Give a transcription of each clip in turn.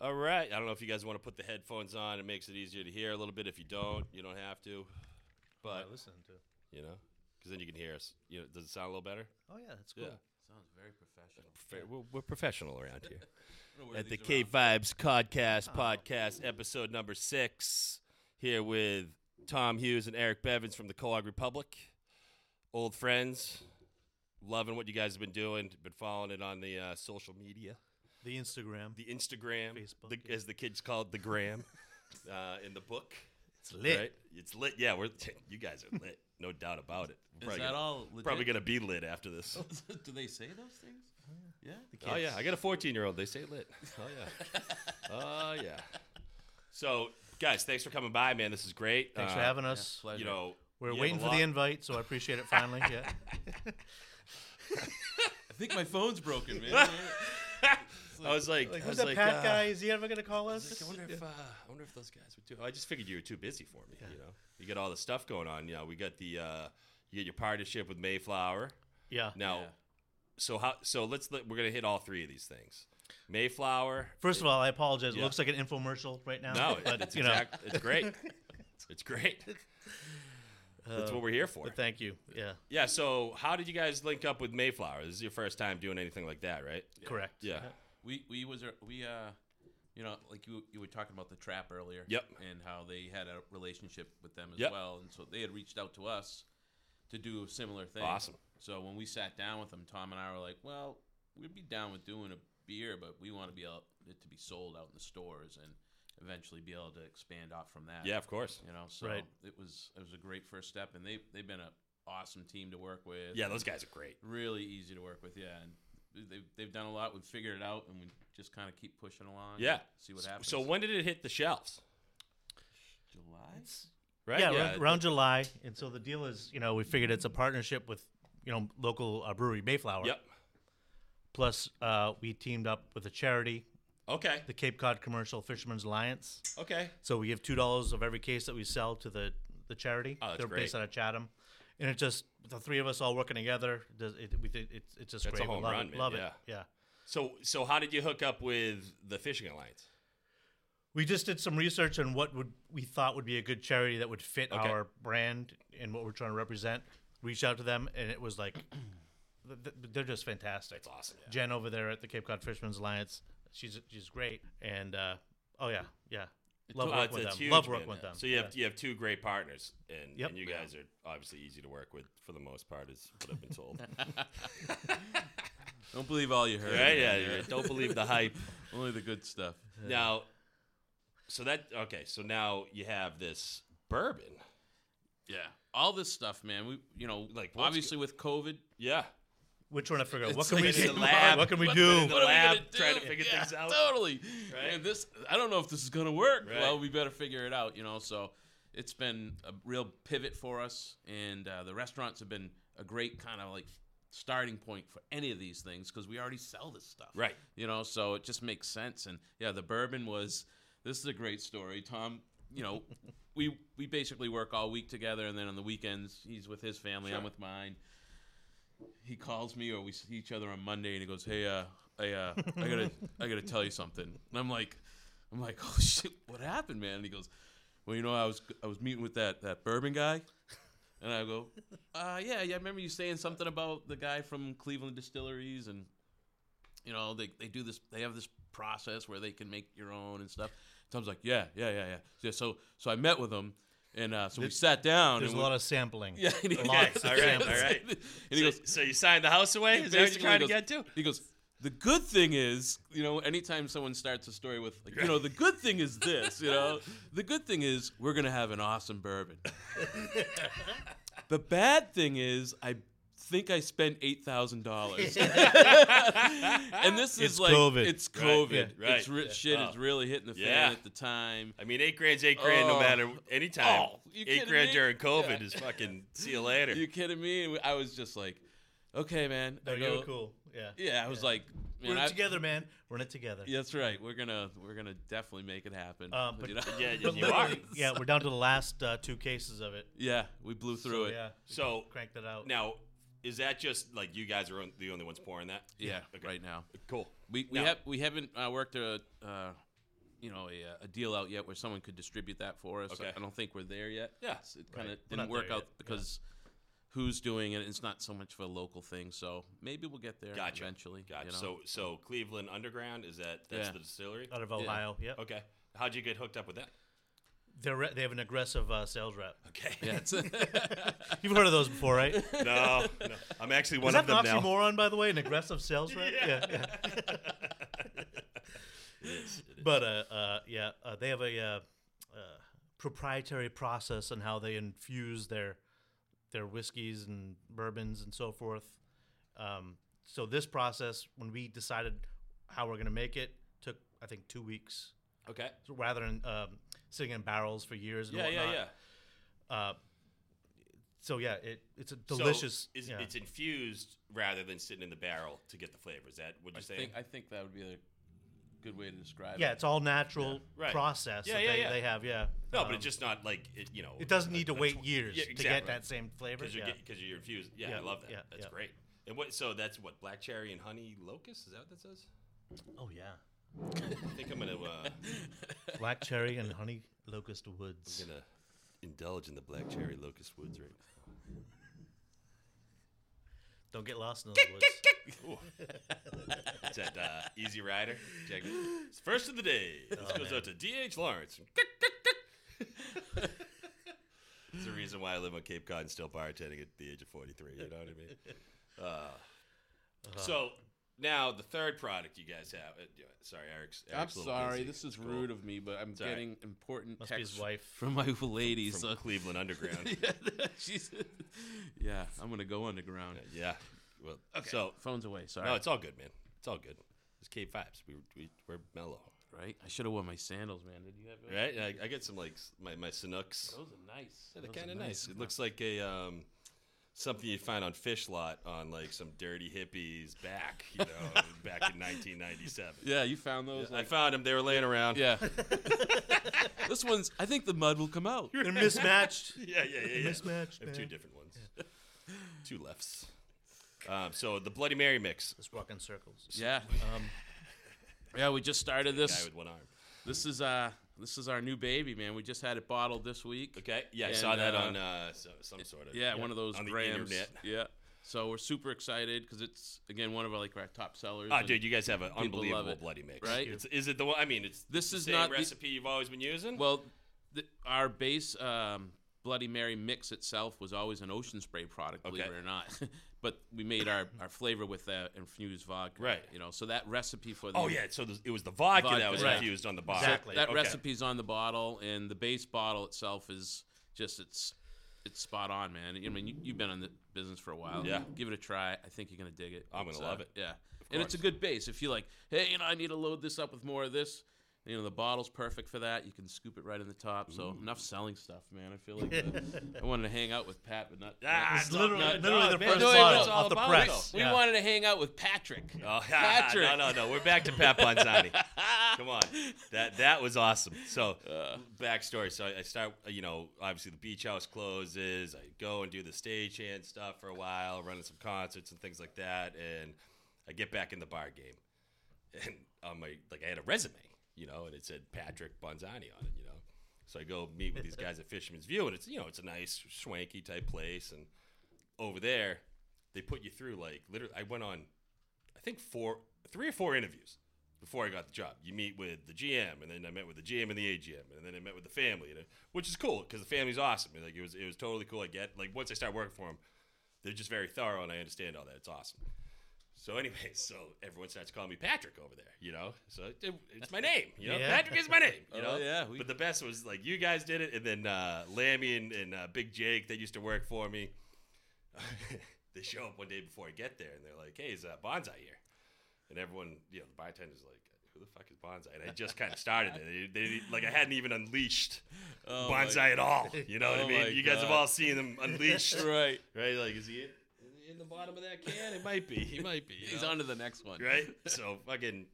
All right. I don't know if you guys want to put the headphones on. It makes it easier to hear a little bit. If you don't, you don't have to. I But listen to. you know, because then you can hear us. You know, does it sound a little better? Oh yeah, that's cool. Yeah. Sounds very professional. Fair- We're, we're professional around here. I don't know where At the these K are off. Vibes Podcast Podcast, episode number six, here with Tom Hughes and Eric Bevins from the Coag Republic, old friends. Loving what you guys have been doing. Been following it on the uh, social media. The Instagram. the Instagram, Facebook, the, yeah. as the kids call it, the gram, uh, in the book. it's lit. Right? It's lit. Yeah, we're you guys are lit, no doubt about it. We're Is probably, that gonna, all? Legit? probably gonna be lit after this. Oh, Do they say those things? Yeah. The kids. Oh yeah, I got a 14 year old. They say lit. Oh yeah. Oh yeah. So guys, thanks for coming by, man. This is great. Thanks Uh, for having us. pleasure. You know, We're you have waiting a for lot- the invite, so I appreciate it finally. Yeah. I think my phone's broken, man. I was like, Like, I who's was that like, Pat uh, guy? Is he ever gonna call I was us? like, I wonder if uh, I wonder if those guys would do. It. I just figured you were too busy for me. You know, you get all the stuff going on. You know, we got the uh, you get your partnership with Mayflower yeah. now. Yeah. So how? So let's let, we're gonna hit all three of these things. Mayflower. First of all, I apologize. It Yeah. looks like an infomercial right now. No, but it's you know, exact. It's great. It's great. That's what we're here for. but thank you. Yeah, Yeah. So how did you guys link up with Mayflower? This is your first time doing anything like that, right? correct. Yeah. we we was ar- we uh, you know, like you you were talking about the trap earlier. Yep. And how they had a relationship with them as Yep. well, and so they had reached out to us to do a similar thing. Awesome. So when we sat down with them, Tom and I were like, well, we'd be down with doing a beer, but we want to be able it to be sold out in the stores and eventually be able to expand off from that. Yeah. Of course. You know, so Right. it was it was a great first step, and they they've been an awesome team to work with. Yeah. Those guys are great. really easy to work with. Yeah, and they've they've done a lot. We've figured it out, and we just kind of keep pushing along. and Yeah. see what happens. So when did it hit the shelves? July? Right. Yeah, around, around July, and so the deal is, you know, we figured it's a partnership with, you know, local uh, brewery Mayflower. Yep. Plus, uh, we teamed up with a charity, Okay. the Cape Cod Commercial Fishermen's Alliance. Okay. So we give two dollars of every case that we sell to the the charity. Oh, that's They're based great. out of Chatham, and it just the three of us all working together. does- It, we think it's it's just That's a great. We home love run, it. man. Love it. Yeah. Yeah. So, so how did you hook up with the fishing alliance? We just did some research on what would we thought would be a good charity that would fit Okay. our brand and what we're trying to represent. Reached out to them, and it was like th- th- they're just fantastic. It's awesome. Jen over there at the Cape Cod Fishermen's Alliance, she's she's great, and uh, oh yeah, yeah, love Uh, working it's- with it's them. huge, love working man. with them. So you have Yeah. you have two great partners, and, Yep. and you guys are obviously easy to work with for the most part, is what I've been told. Don't believe all you heard. right? Yeah. man. yeah. Don't believe the hype. Only the good stuff. Now, so that okay. So now you have this bourbon. Yeah, all this stuff, man. We you know Like, like what's obviously with COVID. Yeah. We're trying to figure out It's what can like we in the do. lab. What can we What- do? in the what are we lab, gonna do? trying to figure Yeah, things out. Totally. Right. And this, I don't know if this is gonna work. Right. Well, we better figure it out, you know. So it's been a real pivot for us, and uh, the restaurants have been a great kind of like starting point for any of these things because we already sell this stuff, Right. You know, so it just makes sense. And yeah, the bourbon was. This is a great story, Tom. You know, we we basically work all week together, and then on the weekends he's with his family, Sure. I'm with mine he calls me or we see each other on Monday and he goes, "Hey, uh, I, uh, I gotta, I gotta tell you something." And I'm like, I'm like, "Oh shit, what happened, man?" And he goes, "Well, you know, I was, I was meeting with that that bourbon guy," and I go, "Uh, yeah, yeah, I remember you saying something about the guy from Cleveland Distilleries and, you know, they they do this, they have this process where they can make your own and stuff." Tom's like, "Yeah, yeah, yeah, yeah." yeah so, so I met with him. And uh, so we sat down. There's a and lot we, of sampling. yeah, and he, lots of all right, all samples. right. And he So, goes, so you signed the house away? Is that what you're basically trying goes- to get to? He goes, the good thing is, you know, anytime someone starts a story with, like, you know, the good thing is this, you know, the good thing is we're going to have an awesome bourbon. the bad thing is, I think I spent $8,000. and this is It's like, COVID. it's Right, COVID. yeah, right, It's re- yeah. shit Oh. is really hitting the fan Yeah. at the time. I mean, eight grand's eight grand, no Oh. matter any time. Oh, you Eight kidding grand me? during COVID Yeah. is fucking. See you later. You kidding me? I was just like, okay, man. No, I you go, were cool. Yeah. Yeah, I was like, We're in man, I, it together, man. We're in it together. Yeah, That's right. We're gonna we're gonna definitely make it happen. Um, but- You know? Yeah, But you are. literally, yeah, we're down to the last uh, two cases of it. Yeah, we blew through so, it. Yeah. we So cranked it out. now, is that just like you guys are on- the only ones pouring that? Yeah, Okay. right now Cool. we we Now- have we haven't uh, worked a uh, you know a, uh, a deal out yet where someone could distribute that for us. I- Okay. I don't think we're there yet. Yeah. It's- it kind Right. of We're didn't not work there out yet, yeah. because who's doing it. It's not so much of a local thing, so maybe we'll get there Gotcha. eventually. Gotcha. you know? So so Cleveland Underground is that that's Yeah. the distillery? out of Ohio. Yeah, Okay. How'd you get hooked up with that? they're re- they have an aggressive uh, sales rep. Okay. yeah, it's- You've heard of those before, right? Is no, no. I'm actually one that of them an now. oxymoron, by the way? An aggressive sales rep. yeah. yeah. But uh, uh, yeah, uh, they have a uh, uh, proprietary process on how they infuse their their whiskeys and bourbons and so forth. Um, so this process, when we decided how we're going to make it, took I think two weeks. Okay. So rather than um, sitting in barrels for years and Yeah, whatnot. yeah, yeah. Uh, so yeah, it, it's a So delicious. is, yeah. It's infused rather than sitting in the barrel to get the flavor. Is that what I you're saying? think I think that would be a good way to describe yeah, it. it's all natural right. process Yeah, that yeah, they, yeah. they have. Yeah. no, but Um, it's just not like it. You know, it doesn't need to wait years yeah, to get exactly. that same flavor. because you're yeah. because you're infused. Yeah, Yeah, I love that. yeah, that's yeah. great. And what? So that's what black cherry and honey locust. Is that what that says? Oh yeah. I think I'm gonna uh, Black cherry and honey locust woods. gonna indulge in the black cherry locust woods right now. Don't get lost in those woods. It's at uh, Easy Rider. Check it. It's first of the day. Oh, This goes out to D.H. Lawrence. It's the reason why I live on Cape Cod and still bartending at the age of 43. You know what I mean? Uh-huh. Uh, so now the third product you guys have. Uh, yeah, sorry, Eric's. I'm Eric's a little sorry, busy. this is Cool. rude of me, but I'm all right. getting important Must be texts his wife. from my lady. From so Cleveland Underground. yeah, she's yeah. I'm gonna go underground. yeah. Well, So Phone's away. Sorry. no, it's all good, man. It's all good. It's Cape vibes. We, we we're mellow, right. I should have worn my sandals, man. Did you have yours? right? I, I get some like s- my my Sinooks. Those are nice. Yeah, they're Those are kind of nice. It looks like a um, something you find on Fish Lot on like some dirty hippies back, you know, back in 1997. Yeah, you found those. I like- found them. They were laying around. Yeah. this one's. I think the mud will come out. They're mismatched. yeah, yeah, yeah. yeah. Mismatched, I have two man. different ones, two lefts. Um, so the Bloody Mary mix. Let's walk in circles. Yeah. Um, yeah, we just started Guy this. with one arm. This is uh, this is our new baby, man. We just had it bottled this week. Okay. Yeah, I And, saw that uh, on uh, so, some sort of Yeah, one of those on the grams. internet. Yeah. So we're super excited because it's again one of our like our top sellers. Oh, and dude, you guys have an unbelievable it, bloody mix, right? It's, is it the one? I mean, it's This the is same not the- recipe you've always been using. Well, the, our base um, Bloody Mary mix itself was always an Ocean Spray product, believe Okay. it or not. but we made our, our flavor with that infused vodka. Right. You know, so that recipe for the oh yeah, so the- it was the vodka, that Vodka, was yeah. infused on the bottle. Exactly. that Okay. recipe's on the bottle, and the base bottle itself is just it's it's spot on, man. I mean, you, you've been in the business for a while. Yeah. give it a try. I think you're gonna dig it. I'm gonna It's, uh, love it. Yeah, and it's a course. good base. If you're like, hey, you know, I need to load this up with more of this. You know, the bottle's perfect for that. You can scoop it right in the top. So Mm. enough selling stuff, man. I feel like the, I wanted to hang out with Pat, but not. Ah, not- It's literally, no, literally no, the man, first no, no, line it's all off the about press. it. we Yeah. wanted to hang out with Patrick. Oh, Patrick. no, no, no. We're back to Pat Bonzani. Come on, that that was awesome. So, backstory. So I, I start, you know, obviously the beach house closes. I go and do the stagehand stuff for a while, running some concerts and things like that. And I get back in the bar game, and on my like I had a resume, you know, and it said Patrick Bonzani on it, you know. So I go meet with these guys at Fisherman's View, and it's you know it's a nice swanky type place, and over there they put you through like literally. I went on I think four, three or four interviews before I got the job. You meet with the GM, and then I met with the GM and the AGM, and then I met with the family, and it- which is cool because the family's awesome. Like it was, it was totally cool. I get like once I start working for them, they're just very thorough, and I understand all that. It's awesome. So anyway, so everyone starts calling me Patrick over there, you know. So it, it's my name, you know. Yeah. Patrick is my name, you know. Oh, yeah, we- But the best was like you guys did it, and then uh, Lammy and, and uh, Big Jake that used to work for me. they show up one day before I get there, and they're like, "Hey, is uh, Bonsai here?" And everyone, you know, the bartender's like, "Who the fuck is Bonsai?" And I just kind of started it. They, they, like I hadn't even unleashed my- Bonsai at all. You know what I Oh my mean? You guys have God. all seen them unleashed, right. right? Like, is he in, in the bottom of that can? It might be. He might be. you He's know? on to the next one. right? So fucking,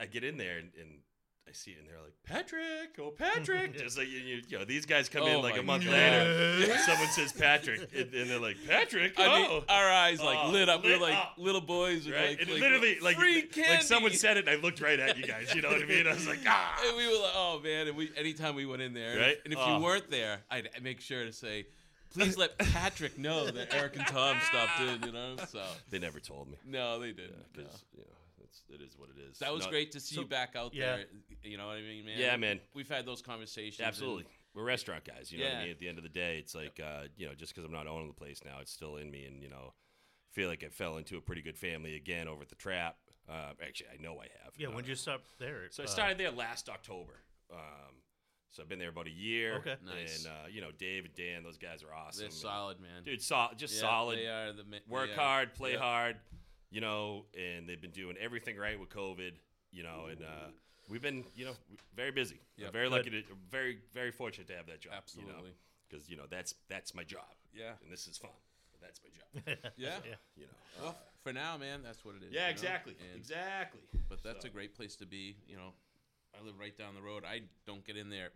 I get in there and, and I see it and they're like, Patrick, oh Patrick. Just like you, you, you know, these guys come in Oh like a my month God. later. Someone says Patrick, and, and they're like, Patrick, oh. I mean, our eyes like Oh, lit up. lit We're like up. little boys, with, right? like, and like, literally, like, free like someone candy. said it, and I looked right at you guys. You know what I mean? I was like, ah. And we were like, oh man! And we, anytime we went in there, Right? and if Oh. you weren't there, I'd make sure to say, please let Patrick know that Eric and Tom stopped in. You know, so They never told me no, they didn't. no. because you know it's, it is what it is. That was No, great to see you back out yeah. there. You know what I mean, man? Yeah, man. We've had those conversations. and- Absolutely. We're restaurant guys, you know what I Yeah. mean? At the end of the day, it's like, uh, you know, just because I'm not owning the place now, it's still in me. And, you know, I feel like I fell into a pretty good family again over at the trap. Uh, actually, I know I have. Yeah, Uh, when did you stop there? So I Uh, started there last October. Um, so I've been there about a year. Okay. Nice. And, uh, you know, Dave and Dan, those guys are awesome. They're And- solid, man. Dude, sol- just Yeah, solid. They are the ma- Work they are- hard, play yeah. hard, you know, and they've been doing everything right with COVID, you know, and uh, we've been, you know, very busy. I'm Yep. very lucky to, Good. very, very fortunate to have that job. Absolutely. Because, you know, that's that's my job. Yeah. And this is fun. That's my job. Yeah. Yeah. you know. Well, for now, man, that's what it is. you Yeah, know? exactly. And- Exactly. But that's So, a great place to be. You know, I live right down the road. I don't get in there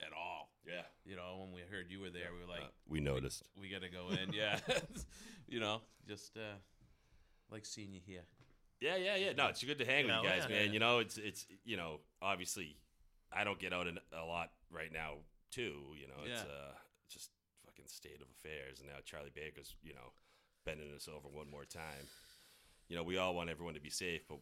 at all. Yeah. You know, when we heard you were there, we were like, Uh, we noticed. we gotta go in. Yeah. you know, just uh, like seeing you here. Yeah, yeah, yeah. No, it's good to hang with you Yeah, guys, yeah. man. You know, it's it's you know, obviously, I don't get out in, a lot right now too. You know, it's Yeah. uh, just fucking state of affairs, and now Charlie Baker's you know bending us over one more time. You know, we all want everyone to be safe, but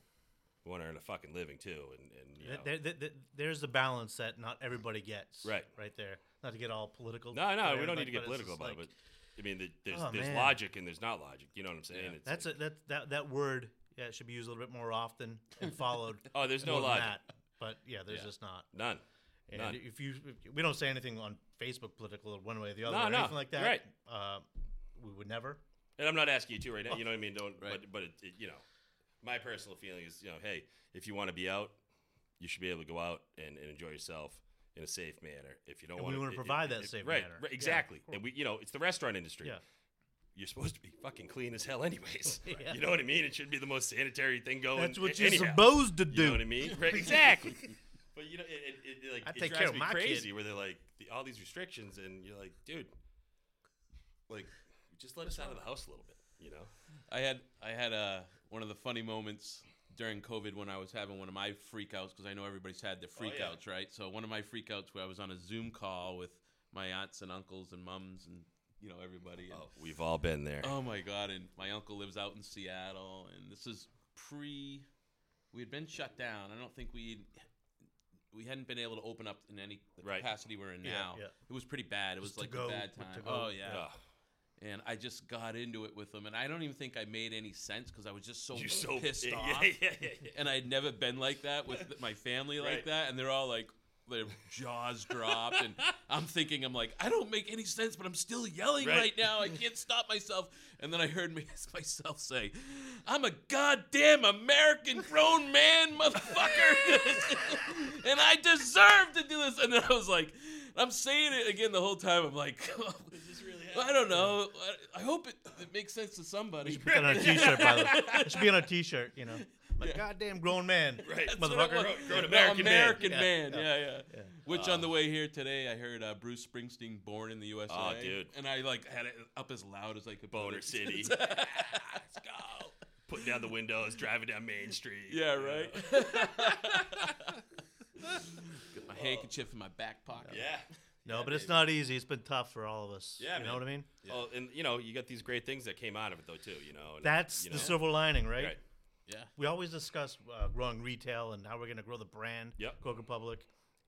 we want to earn a fucking living too, and and you know. There, there, there- there's the balance that not everybody gets. Right. Right there. Not to get all political. no, no, there, we don't but- need to get but it's political just about like- it. But I mean, the, there's Oh, there's man. logic and there's not logic. You know what I'm saying? Yeah. It's That's like, a, that, that, that word yeah, it should be used a little bit more often and followed. Oh, there's no more than logic. But yeah, there's Yeah. just not. none. And None. if you, if- we don't say anything on Facebook political one way or the other No, or no, anything like that. right. Uh, we would never. And I'm not asking you to right now. You know what I mean? Don't. Right. But but it, it, you know, my personal feeling is you know, hey, if you want to be out, you should be able to go out and, and enjoy yourself in a safe manner. If you don't And we want, wanna provide that safe right, manner. Right. Yeah, Exactly. cool. and we, you know, it's the restaurant industry. Yeah. You're supposed to be fucking clean as hell, anyways. Yeah. You know what I mean? It should be the most sanitary thing going. That's what a- you're anyhow. supposed to You know do. what I mean? Right, exactly. but you know, it, it, it like I it take drives care of me my crazy kid. where they're like the, all these restrictions, and you're like, dude, like just let us out of the house a little bit. You know? I had I had uh, one of the funny moments during COVID when I was having one of my freakouts because I know everybody's had their Oh, yeah. freakouts, right? So one of my freakouts where I was on a Zoom call with my aunts and uncles and mums and you know everybody. and- Oh, we've all been there. Oh my god! And my uncle lives out in Seattle, and this is pre. We had been shut down. I don't think we we hadn't been able to open up in any the Right. capacity we're in Yeah, now. yeah. It was pretty bad. It was Just to like go, a bad but to time. go, Oh yeah. Ugh, And I just got into it with him, and I don't even think I made any sense because I was just so, you're so pissed yeah, off. Yeah, yeah, yeah. And I'd never been like that with my family like Right. that, and they're all like. Their jaws dropped, and I'm thinking, I'm like, I don't make any sense, but I'm still yelling Right. right, now. I can't stop myself. And then I heard me, myself say, "I'm a goddamn American grown man, motherfucker, and I deserve to do this." And then I was like, I'm saying it again the whole time. I'm like, This is really I don't know. I- I hope it, it makes sense to somebody. Put that on a t-shirt, by the way. It should be on a t-shirt, you know. I'm a goddamn grown man. Right. That's what I Motherfucker. want. Grown No, American Uh, man. American Yeah, man. yeah, Yeah, yeah. yeah. Which on the way here today, I heard uh, Bruce Springsteen "Born in the USA." Aw, dude. And I like had it up as loud as I could. put Boner it. City. Let's go. Putting down the windows, driving down Main Street. Yeah, you know. right. Got my handkerchief in my back pocket. Yeah. No, but it's not easy. It's been tough for all of us. Yeah, you know man. what I mean? Well, and you know, you got these great things that came out of it though too. You know. and, That's you the know, silver lining, right? Right. Yeah. We always discuss uh, growing retail and how we're going to grow the brand, Yep. Coca Public.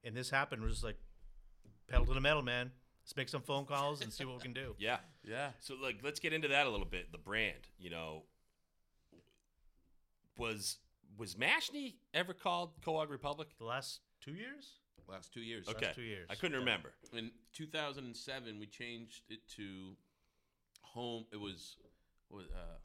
And this happened. We're just like, pedal to the metal, man. Let's make some phone calls and see what we can do. Yeah. Yeah. So like, let's get into that a little bit. The brand, you know, was was Mashney ever called Coag Republic? The last two years? Last two years. Okay. two years. I couldn't remember. In 2007, we changed it to home. It was, what was uh,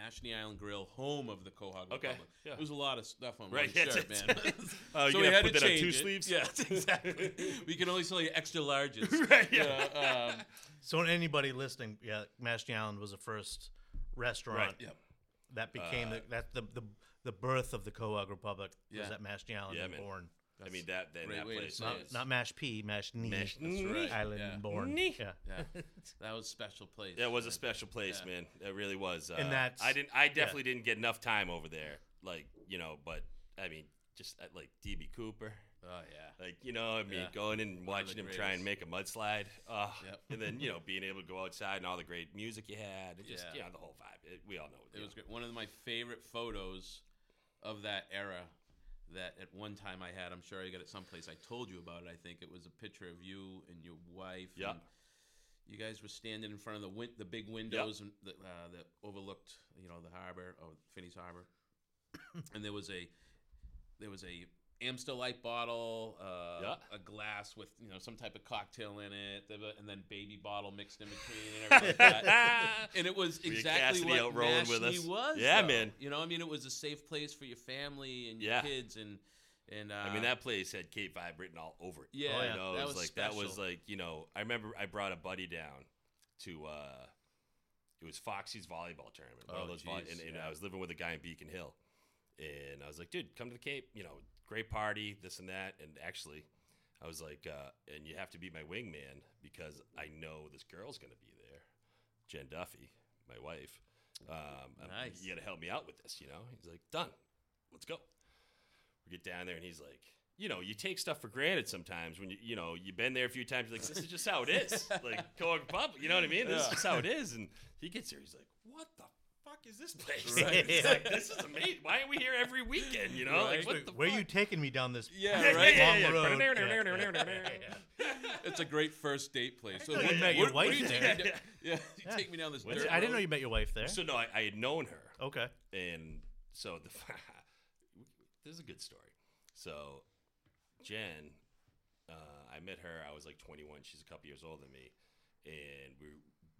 Mashney Island Grill, home of the Quahog Okay, Republic. yeah. There was a lot of stuff on Right, my yeah, shirt, that's- man. Oh, So you we gotta had put to that on change two it. sleeves? Yeah, exactly. we can only sell you extra larges. Right, You yeah. know, um, So, anybody listening, yeah, Mashney Island was the first restaurant Right. Uh, that became the, that's the, the the birth of the Coag Republic Yeah. was at Mash Island Yeah, and man. Bourne. I mean that then great that way to place. say Not, it. Not Mash P, Mash Knee. Mash That's Knee. right. Island Yeah. and Bourne. Knee. Yeah. Yeah, that was a special place. that was a special place, Yeah. man. That really was. Uh, And that's- I didn't. I definitely didn't get enough time over there. Like you know, but I mean, just uh, like DB Cooper. Oh yeah. Like you know, I mean, Yeah. going in and One of watching the him try and make a mudslide, uh, Yep. and then you know being able to go outside and all the great music you had, it just Yeah. you know the whole vibe. It, we all know It was great. One of my favorite photos of that era that at one time I had, I'm sure I got it someplace. I told you about it, I think. It was a picture of you and your wife. Yeah. and You guys were standing in front of the win- the big windows and that, uh, that overlooked, you know, the harbor or Finney's Harbor. and there was a there was a Amstel Light bottle, uh, Yeah. a glass with you know some type of cocktail in it, th- and then baby bottle mixed in between and everything. like that. And it was We had exactly Cassidy what out rolling with Mashpee us. was. Yeah, though. man. You know, I mean, it was a safe place for your family and your Yeah. kids, and and uh, I mean, that place had Cape Vibe written all over it. Yeah, Oh, you yeah. know, that it was, was like that was special. like you know. I remember I brought a buddy down to uh, it was Foxy's volleyball tournament. one of Oh, those volley- jeez, and, and yeah. I was living with a guy in Beacon Hill, and I was like, dude, come to the Cape. You know, great party, this and that. And actually, I was like, uh, and you have to be my wingman because I know this girl's gonna be there, Jen Duffy, my wife. Um, I'm- Nice. You got to help me out with this, you know? He's like, done. Let's go. We get down there, and he's like, you know, you take stuff for granted sometimes when you, you know, you've been there a few times. You're like, this is just how it is. like, going pub, you know what I mean? This is Yeah. just how it is. And he gets here, he's like, what the fuck is this place? Right. He's like, this is amazing. Why are we here every weekend? You know, Right. like, what the Where fuck? you taking me down this Yeah, long right? Yeah, yeah, yeah. road? yeah. it's a great first date place. So thought you what- met your what- what wife do you take there. me down- Yeah, you Yeah. take me down this What's dirt. it? I didn't know road. you met your wife there. So, no, I, I had known her. Okay. And so the this is a good story. So Jen, uh, I met her. I was like 21. She's a couple years older than me, and we,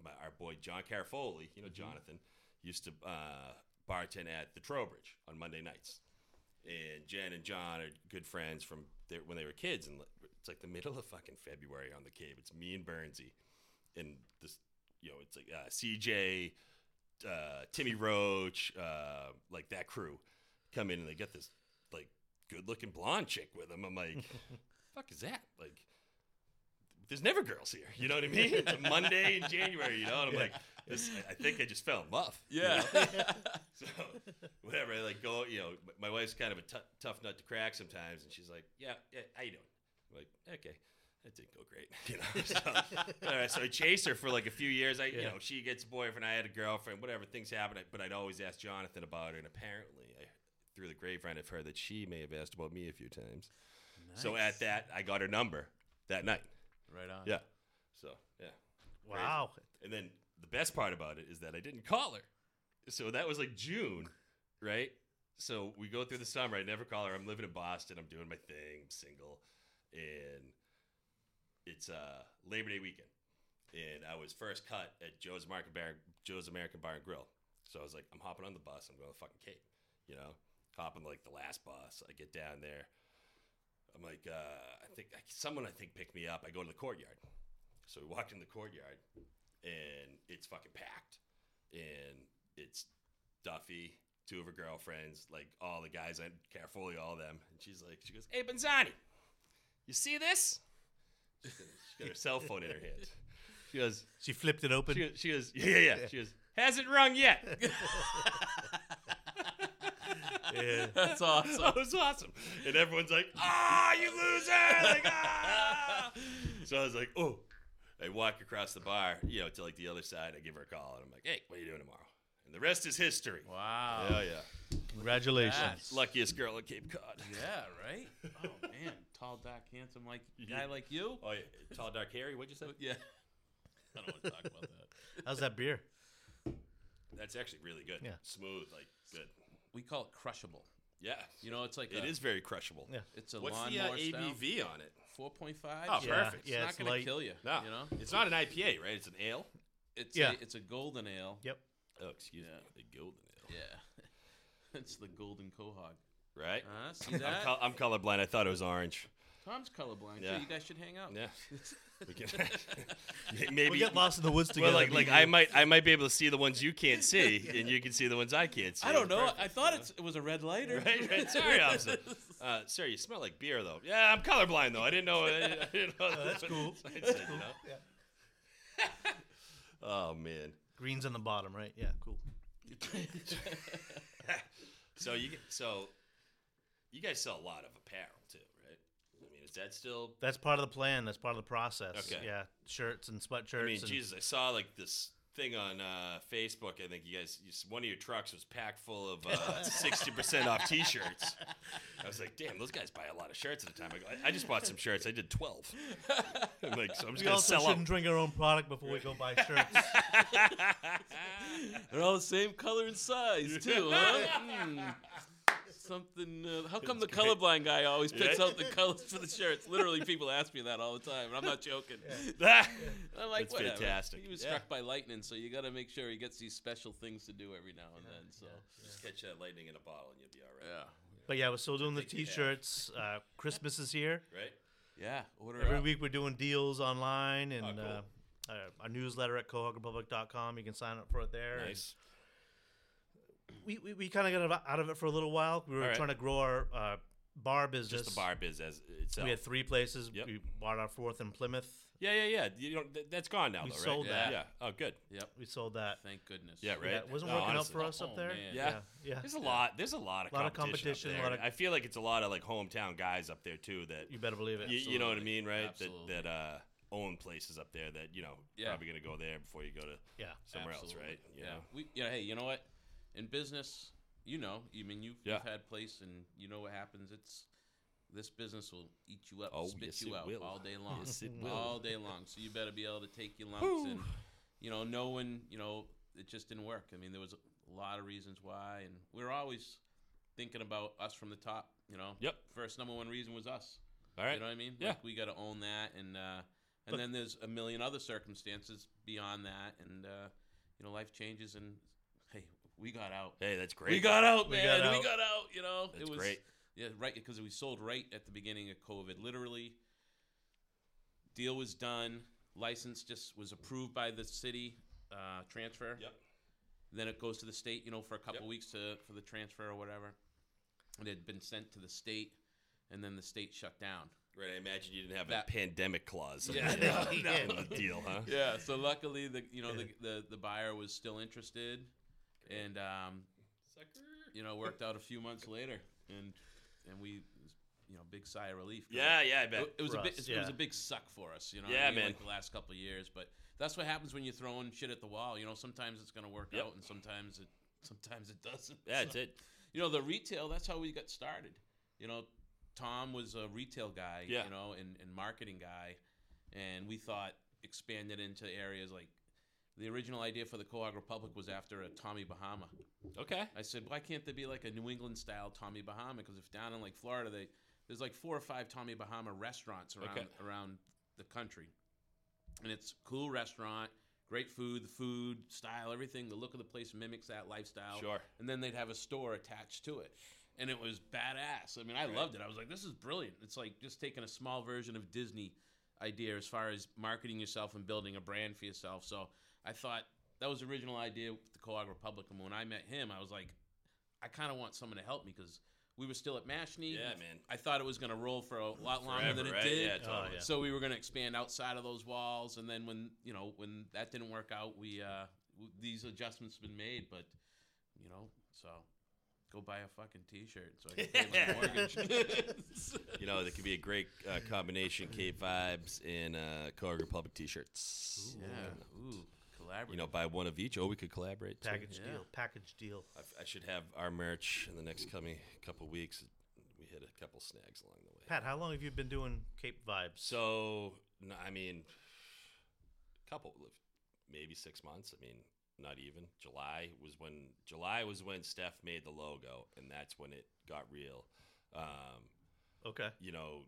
my, our boy John Carafoli, you know Jonathan, used to uh, bartend at the Trowbridge on Monday nights. And Jen and John are good friends from their, when they were kids, and it's like the middle of fucking February on the Cape. It's me and Bernsey, and this, you know, it's like uh, CJ, uh, Timmy Roach, uh, like that crew come in and they get this like good looking blonde chick with them. I'm like, fuck is that? Like, there's never girls here. You know what I mean? It's a Monday in January, you know? And I'm like, this, I- I think I just fell in love. you know? Yeah. So whatever, I like go. You know, m- my wife's kind of a tou- tough nut to crack sometimes, and she's like, "Yeah, yeah, how you doing?" I'm like, "Okay, that didn't go great." You know. So, all right, so I chased her for like a few years. I, you Yeah. know, she gets a boyfriend. I had a girlfriend. Whatever things happen, I, but I'd always ask Jonathan about her, and apparently, I, through the grapevine, I've heard that she may have asked about me a few times. So at that, I got her number that night. right on. Yeah. So yeah. Wow. And then the best part about it is that I didn't call her. So that was like June, right? So we go through the summer. I never call her. I'm living in Boston. I'm doing my thing. I'm single. And it's uh, Labor Day weekend. And I was first cut at Joe's American Bar, Joe's American Bar and Grill. So I was like, I'm hopping on the bus. I'm going to fucking Cape, you know? Hopping like the last bus. I get down there. I'm like, uh, I think someone I think picked me up. I go to the courtyard. So we walked in the courtyard and it's fucking packed. And it's Duffy, two of her girlfriends, like all the guys, I carefully all them. And she's like, she goes, "Hey Benzani, you see this?" She's got her cell phone in her hand. She goes, She flipped it open. she goes, she goes, yeah, yeah, yeah. She goes, hasn't rung yet. yeah. That's awesome. so it was awesome. And everyone's like, ah, you loser! Like, ah! So I was like, oh. I walk across the bar, you know, to like the other side. I give her a call, and I'm like, hey, what are you doing tomorrow? And the rest is history. Wow. Oh yeah. Congratulations. That's- Luckiest girl in Cape Cod. Yeah, right? Oh man, tall, dark, handsome, like Yeah. guy like you. Oh, yeah. tall, dark, hairy. What'd you say? Yeah. I don't want to talk about that. How's that beer? That's actually really good. Yeah. Smooth, like good. We call it crushable. Yeah, You know, it's like it a, is very crushable. Yeah. It's a What's the uh, lawnmower style. ABV on it? Four point five. Oh, Yeah, perfect. yeah, it's not it's gonna light. kill you. No, You know, it's not an IPA, right? It's an ale. it's Yeah. a, it's a golden ale. Yep. Oh, excuse Yeah. me, a golden ale. Yeah. it's the golden cohog. Right? Uh, see I'm, that? col- I'm colorblind. I thought it was orange. Tom's colorblind. Yeah. Too. You guys should hang out. Yeah. We can, maybe We'll get lost in the woods together. Well, like, like maybe. I might, I might be able to see the ones you can't see, and you can see the ones I can't see. I don't know. I thought it's, it was a red light. Or Right, right. Sorry, officer. Uh, sir, you smell like beer, though. Yeah, I'm colorblind, though. I didn't know. I didn't, I didn't know Oh, that's what cool. I said, you know? Yeah. Oh man. Green's on the bottom, right? Yeah, cool. So you get- so you guys sell a lot of apparel too, right? I mean, is that still? That's part of the plan. That's part of the process. Okay. Yeah, shirts and sweatshirts. I mean, and- Jesus, I saw like this thing on uh, Facebook. I think you guys, you, one of your trucks was packed full of uh, sixty percent off T-shirts. I was like, damn, those guys buy a lot of shirts at a time. I, go, I, I just bought some shirts. I did twelve. I'm like, so I'm just we gonna also sell up. shouldn't drink our own product before we go buy shirts. They're all the same color and size too, huh? Hmm. Something. Uh, how come the colorblind guy always picks Yeah. out the colors for the shirts? Literally, people ask me that all the time, and I'm not joking. And I'm like, That's whatever. fantastic. He was Yeah. struck by lightning, so you got to make sure he gets these special things to do every now and then. So, Just catch that lightning in a bottle, and you'll be all yeah, right. but yeah, we're still doing the Think we have. t-shirts. Uh, Christmas is here. Right? yeah. Order Every up. week we're doing deals online and Ah, cool. uh, our- our newsletter at cohogrepublic.com. You can sign up for it there. And Nice. We, we, we kind of got out of it for a little while. We were All right. trying to grow our uh, bar business. Just the bar biz as itself. We had three places. Yep. We bought our fourth in Plymouth. Yeah, yeah, yeah. You don't, th- that's gone now, We though, right? sold yeah. that. Yeah. Oh, good. Yep. We sold that. Thank goodness. Yeah, right. Yeah, it wasn't No, working honestly. out for us up Oh, there. man. Yeah. yeah, yeah. There's a lot. There's a lot of Lot of competition. competition, up a there. lot of- I feel like it's a lot of like hometown guys up there too that You better believe it. you, you know what I Absolutely. mean, right? Absolutely. That that uh, own places up there that you know Yeah. probably gonna go there before you go to yeah. somewhere else, Absolutely. right? You yeah. know? We, yeah. Hey, you know what? In business, you know, you mean, you've, Yeah. you've had place, and you know what happens. It's this business will eat you up, Oh, spit yes, you it out will. all day long, Yes, it will. all day long. So you better be able to take your lumps, and you know, no one, you know, it just didn't work. I mean, there was a lot of reasons why, and we are always thinking about us from the top. You know, Yep. First number one reason was us. All right. You know what I mean? Yeah. Like we got to own that, and uh, and But- then there's a million other circumstances beyond that, and uh, you know, life changes, and hey, we got out. hey, that's great. We got out, We man. got We out. got out. You know, that's it was great. yeah, right because we sold right at the beginning of COVID. Literally, deal was done. License just was approved by the city uh, transfer. Yep. Then it goes to the state, you know, for a couple Yep. weeks to for the transfer or whatever. It had been sent to the state, and then the state shut down. Right. I imagine you didn't have That- a pandemic clause. in Yeah, the, uh, no, no. in the deal, huh? yeah. So luckily, the you know the, the the buyer was still interested, and um, you know worked out a few months later, and and we you know big sigh of relief. 'cause Yeah, yeah, I bet. It, it was For a big, us, it was yeah. a big suck for us, you know. what I Yeah, mean, man. Like the last couple of years, but that's what happens when you're throwing shit at the wall. You know, sometimes it's gonna work Yep. out, and sometimes it sometimes it doesn't. Yeah, So- that's it. you know the retail that's how we got started you know tom was a retail guy Yeah. you know and, and marketing guy and we thought expanded into areas like the original idea for the Coag Republic was after a Tommy Bahama. Okay. I said, why can't there be like a New England style Tommy Bahama? Because if down in like Florida, they there's like four or five Tommy Bahama restaurants around Okay. around the country, and it's a cool restaurant, great food, the food style, everything, the look of the place mimics that lifestyle Sure. and then they'd have a store attached to it and it was badass i mean i Right. loved it i was like this is brilliant it's like just taking a small version of disney idea as far as marketing yourself and building a brand for yourself so i thought that was the original idea with the coag republic and when i met him i was like i kind of want someone to help me because we were still at mashney Yeah, man. i thought it was going to roll for a lot longer Forever, than it right? did Yeah, Oh, totally. yeah. so we were going to expand outside of those walls, and then when you know when that didn't work out, we uh, w- these adjustments have been made. But you know, so go buy a fucking t-shirt so I can pay my mortgage. You know, that could be a great uh, combination. K vibes and uh, Coag Republic T-shirts. yeah, ooh, collaborative. You know, buy one of each, or we could collaborate. too. Package Yeah. deal. Package deal. I, I should have our merch in the next coming couple weeks. We hit a couple snags along the way. Pat, how long have you been doing Cape Vibes? So, no, I mean, couple, maybe six months. I mean, not even. July was when July was when Steph made the logo, and that's when it got real. Um, Okay. you know,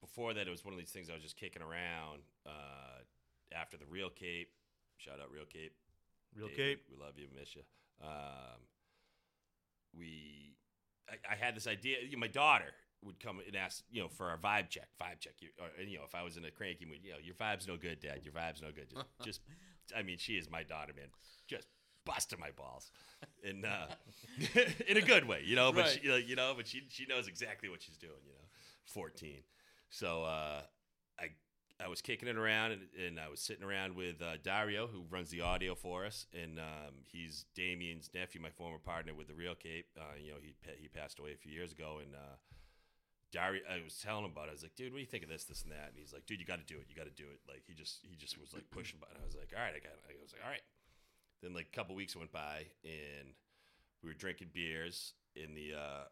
before that, it was one of these things I was just kicking around. Uh, after the real Cape, shout out real Cape. Real David, Cape. We love you, miss you. Um, we, I, I had this idea. My daughter would come and ask, you know, for our vibe check, vibe check. You, or, and, you know, if I was in a cranky mood, you know, your vibe's no good, Dad. Your vibe's no good. Just, just I mean, she is my daughter, man. Just busting my balls, and uh, in a good way, you know. But Right. she, like, you know, but she she knows exactly what she's doing, you know. Fourteen, so uh, I I was kicking it around, and, and I was sitting around with uh, Dario, who runs the audio for us, and um, he's Damien's nephew, my former partner with the Real Cape. Uh, you know, he pa- he passed away a few years ago, and. Uh, Dario, I was telling him about it. I was like, dude, what do you think of this, this, and that? And he's like, dude, you got to do it. You got to do it. Like, he just, he just was like pushing. But I was like, all right, I got. It. I was like, all right. Then like a couple weeks went by, and we were drinking beers in the uh,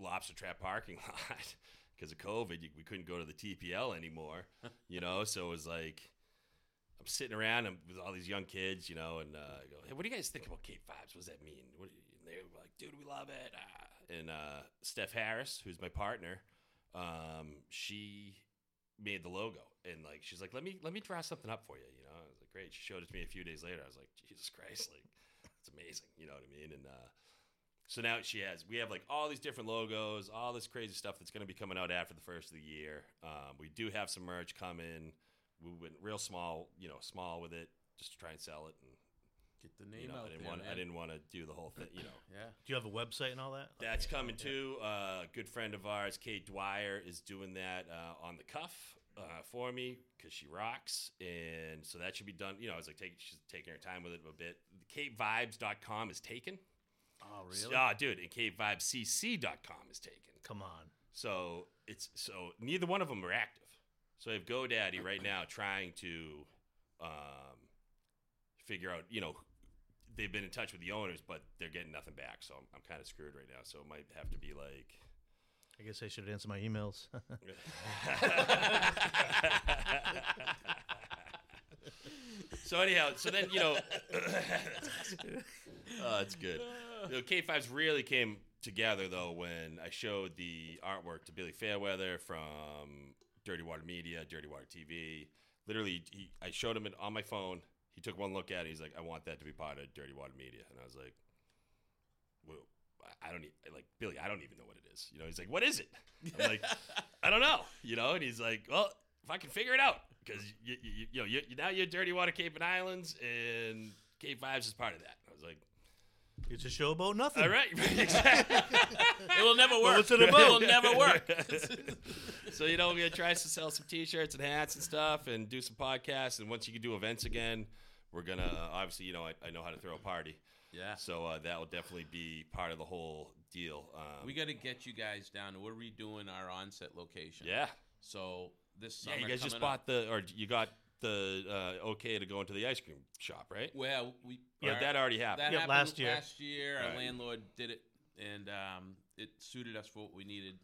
lobster trap parking lot because of COVID. You, we couldn't go to the TPL anymore, you know. So it was like I'm sitting around and with all these young kids, you know, and uh, I go, hey, what do you guys think about Cape Vibes? What does that mean? What do you-" and they were like, dude, we love it. Ah. And uh, Steph Harris, who's my partner, um, she made the logo and like she's like, let me let me draw something up for you. You know, I was like, great. She showed it to me a few days later. I was like, Jesus Christ, like it's amazing. You know what I mean? And uh, so now she has. We have like all these different logos, all this crazy stuff that's going to be coming out after the first of the year. Um, we do have some merch coming. We went real small, you know, small with it, just to try and sell it. And Get the name you know, out I didn't there. want man. I didn't want to do the whole thing, you know. Yeah. Do you have a website and all that? That's coming too. Uh, a good friend of ours, Kate Dwyer, is doing that uh, on the cuff uh, for me because she rocks, and so that should be done. You know, I was like, taking she's taking her time with it a bit. KateVibes.com is taken. Oh Ah, dude, and KateVibesCC.com is taken. Come on. So it's so neither one of them are active. So I have GoDaddy right now trying to um, figure out. You know, they've been in touch with the owners, but they're getting nothing back. So I'm, I'm kind of screwed right now. So it might have to be like. I guess I should answer my emails. so anyhow, so then you know, oh, it's good. You know, K fives really came together though when I showed the artwork to Billy Fairweather from Dirty Water Media, Dirty Water TV. Literally, he, I showed him it on my phone. He took one look at it. He's like, "I want that to be part of Dirty Water Media," and I was like, well, I- I don't e like Billy. I don't even know what it is. You know, he's like, what is it? I'm like, I don't know. You know, and he's like, well, if I can figure it out, because you, you, you, you know, you, now you're Dirty Water Cape and Islands, and Cape Fives is part of that. I was like, it's a show about nothing. all right, exactly. It will never work. what's it it about? will never work. so you know, we're gonna try to sell some T-shirts and hats and stuff, and do some podcasts, and once you can do events again, we're gonna uh, obviously, you know, I, I know how to throw a party, yeah. so uh, that will definitely be part of the whole deal. Um, We got to get you guys down. We're redoing our onset location. yeah. So this Yeah, summer. you guys just coming bought up- the, or you got the uh, okay to go into the ice cream shop, right? Well, we. Yeah, our- that already happened. That Yeah, happened last year. Last year, Right. our landlord did it, and um, it suited us for what we needed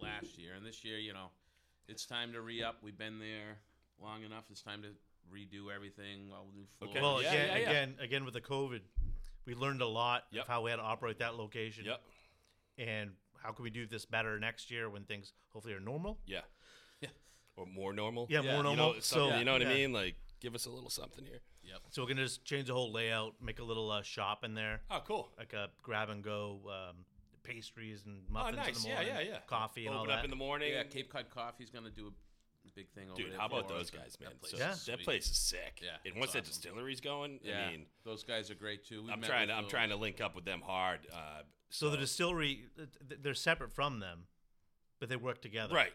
last year. And this year, you know, it's time to re up. We've been there long enough. It's time to redo everything. All new floors. Okay. Well, Yeah, again, yeah, yeah. again, again with the COVID, we learned a lot Yep. of how we had to operate that location. Yep. And how can we do this better next year when things hopefully are normal? Yeah. Or more normal. Yeah, Yeah, more you You normal. know, so something- you know what I yeah. mean? Like, give us a little something here. So we're gonna just change the whole layout, make a little uh, shop in there, Oh, cool. like a grab and go um, pastries and muffins in Oh, nice. the Yeah, morning, yeah, yeah. coffee and Open all up that. in the morning. Yeah, Cape Cod Coffee's gonna do a big thing over Dude, there how for about those us. guys, man? That place So- is Yeah. That sweet. place is sick. Yeah, And it's once that awesome. distillery's going, Yeah, I mean, those guys are great too. We I'm met trying with to I'm those. trying to link up with them hard. Uh, So the distillery, th- th- they're separate from them, but they work together. right.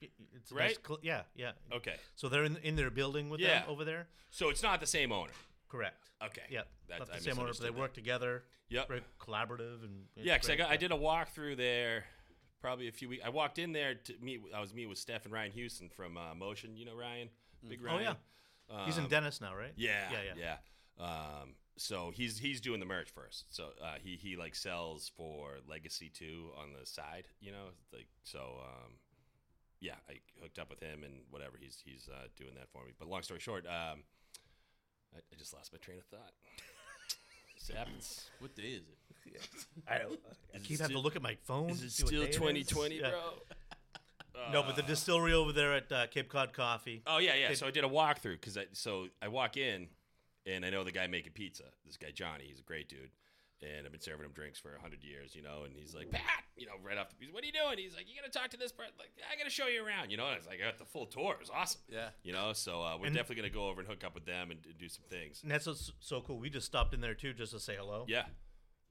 It's- It's a nice Right? cl- yeah, yeah. Okay. So they're in, in their building with Yeah. them over there. So it's not the same owner. Correct. Okay. Yep. That, Not the I same owner, but they misunderstood that. work together. Yep. Very collaborative and it's Yeah, because I, great. got, I did a walk through there probably a few weeks. I walked in there to meet. I was meeting with Steph and Ryan Houston from uh, Motion. You know Ryan, big Ryan. Mm. Oh, Um, yeah. He's in Dennis now, right? Yeah, Yeah, yeah. yeah, Um, so he's he's doing the merch first. So uh, he he like sells for Legacy Two on the side. You know, like so. Um, yeah, I hooked up with him and whatever. He's he's uh, doing that for me. But long story short, um, I, I just lost my train of thought. this happens. What day is it? I, don't- I keep having to look at my phone. Is it see what still day is. 2020, Yeah. Uh, bro? Uh. No, but the distillery over there at uh, Cape Cod Coffee. Oh yeah, yeah. So I did a walkthrough because I so I walk in and I know the guy making pizza. This guy Johnny, he's a great dude, and I've been serving him drinks for hundred years, you know. And he's like, Pat, you know, right off the, he's, what are you doing? He's like, you gotta talk to this person. Like, I gotta show you around, you know. And I was like, I got the full tour. It was awesome. Yeah. You know, so uh, we're definitely gonna go over and hook up with them and, and do some things. And that's what's so cool. We just stopped in there too, just to say hello. Yeah.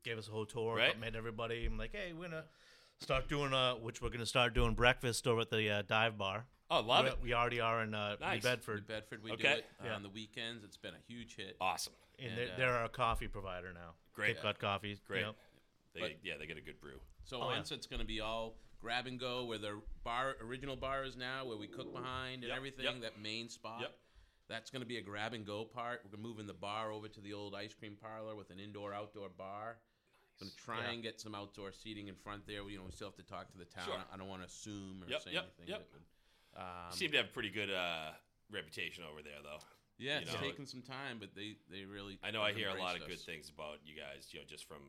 Gave us a whole tour. Right. Met everybody. I'm like, hey, we're gonna start doing uh, which we're gonna start doing breakfast over at the uh, dive bar. Oh, love we, it. we already are in uh, Nice. New New Bedford, Bedford, we do Okay. it Yeah. on the weekends. It's been a huge hit. Awesome. and, And, they're, uh, they're our coffee provider now. Great. Cape Cod Coffee. Great. You know? They But- get, yeah, they get a good brew. So Oh, yeah. once it's going to be all grab and go where the bar original bar is now, where we cook behind and Yep, everything, yep. that main spot. Yep. That's going to be a grab and go part. We're moving the bar over to the old ice cream parlor with an indoor outdoor bar. Going to try Yeah. and get some outdoor seating in front there. You know, we still have to talk to the town. Sure. I don't want to assume or Yep, say yep, anything. yep. that would- um, Seem to have a pretty good uh, reputation over there, though. yeah, you it's know, taking some time, but they they really. I know I have hear a lot embraced of good us. things about you guys, you know, just from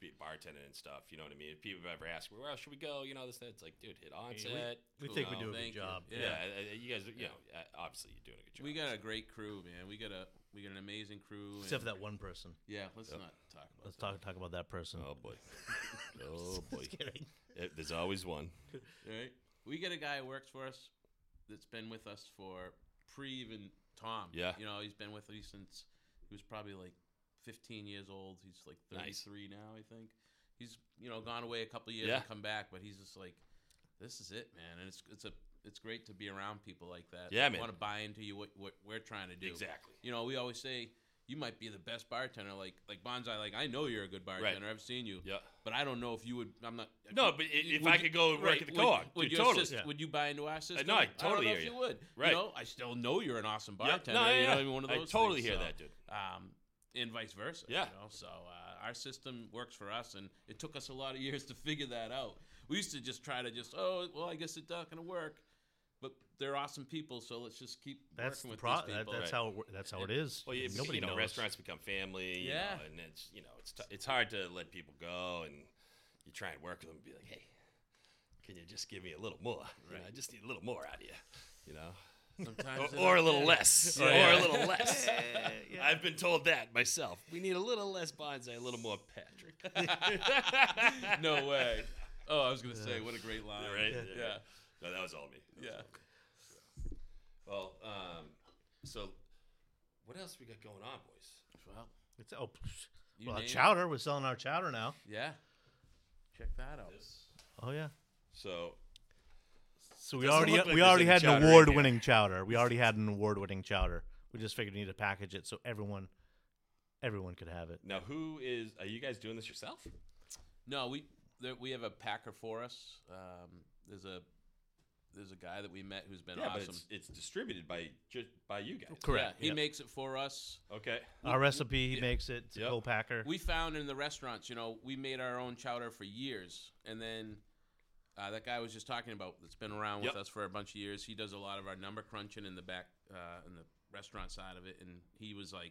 be- bartending and stuff. You know what I mean? If people ever ask me, where else should we go? You know, this, that. It's like, dude, hit onset. We cool think we now. do a good Thank you. job. Yeah, Yeah. I- I- you guys, you know, uh, obviously you're doing a good job. We got a great crew, man. We got a we got an amazing crew. Except for and- that one person. Yeah, let's not talk about. Let's that. talk talk about that person. Oh boy. oh boy. Just kidding. Eh, there's always one. Right. We get a guy who works for us that's been with us for pre even Tom. Yeah. You know, he's been with us since he was probably like 15 years old. He's like Nice. 33 now, I think. He's you know gone away a couple of years Yeah. and come back, but he's just like, this is it, man. And it's it's a it's great to be around people like that. Yeah, man. Want to buy into you what what we're trying to do. Exactly. You know, we always say you might be the best bartender. Like like Bonsai, like I know you're a good bartender. I've seen you. Yeah. But I don't know if you would. I'm not. No, but i- if would I you- could go work at the would- co-op, would dude, you totally. assist- Yeah. would you buy into our system? I don't totally know hear if you. you. would. Right. You know, I still know you're an awesome Yeah. No, bartender. yeah, You know, yeah. I mean, one of I those. totally things, hear so, that, dude. Um, and vice versa. Yeah. You know? So uh, our system works for us, and it took us a lot of years to figure that out. We used to just try to just, oh, well, I guess it's not going to work. But they're awesome people, so let's just keep That's working the with pro- these that, people. that's how it, wor- that's how it is. Well, you, Nobody you know, knows. restaurants become family. You Yeah. Know, and it's you know, it's t- it's hard to let people go, and you try and work with them and be like, hey, can you just give me a little more? You know, I just need a little more out of you. You know, Sometimes they're or, or a not little there. less, Oh, or yeah. a little less. yeah. I've been told that myself. We need a little less bonsai, a little more Patrick. no way. Oh, I was gonna say, what a great line. right? Yeah. Yeah. No, that was all me. That was Yeah. all me. Well, um, so what else we got going on, boys? Well, It's, oh, psh. you well, name it. chowder. We're selling our chowder now. Yeah. Check that out. Oh yeah. So So we Doesn't already look like we there's already any had chowder an in award winning chowder. We already had an award winning chowder. We just figured we need to package it so everyone everyone could have it. now, who is? Are you guys doing this yourself? No, we there, we have a packer for us. Um, there's a there's a guy that we met who's been awesome. it's distributed by just by you guys. Correct. Yeah, he yeah. makes it for us. Okay. our recipe. He makes it. It's Yep. a co-packer. We found in the restaurants, you know, we made our own chowder for years, and then uh, that guy I was just talking about that's been around with Yep. us for a bunch of years. He does a lot of our number crunching in the back uh, in the restaurant side of it, and he was like,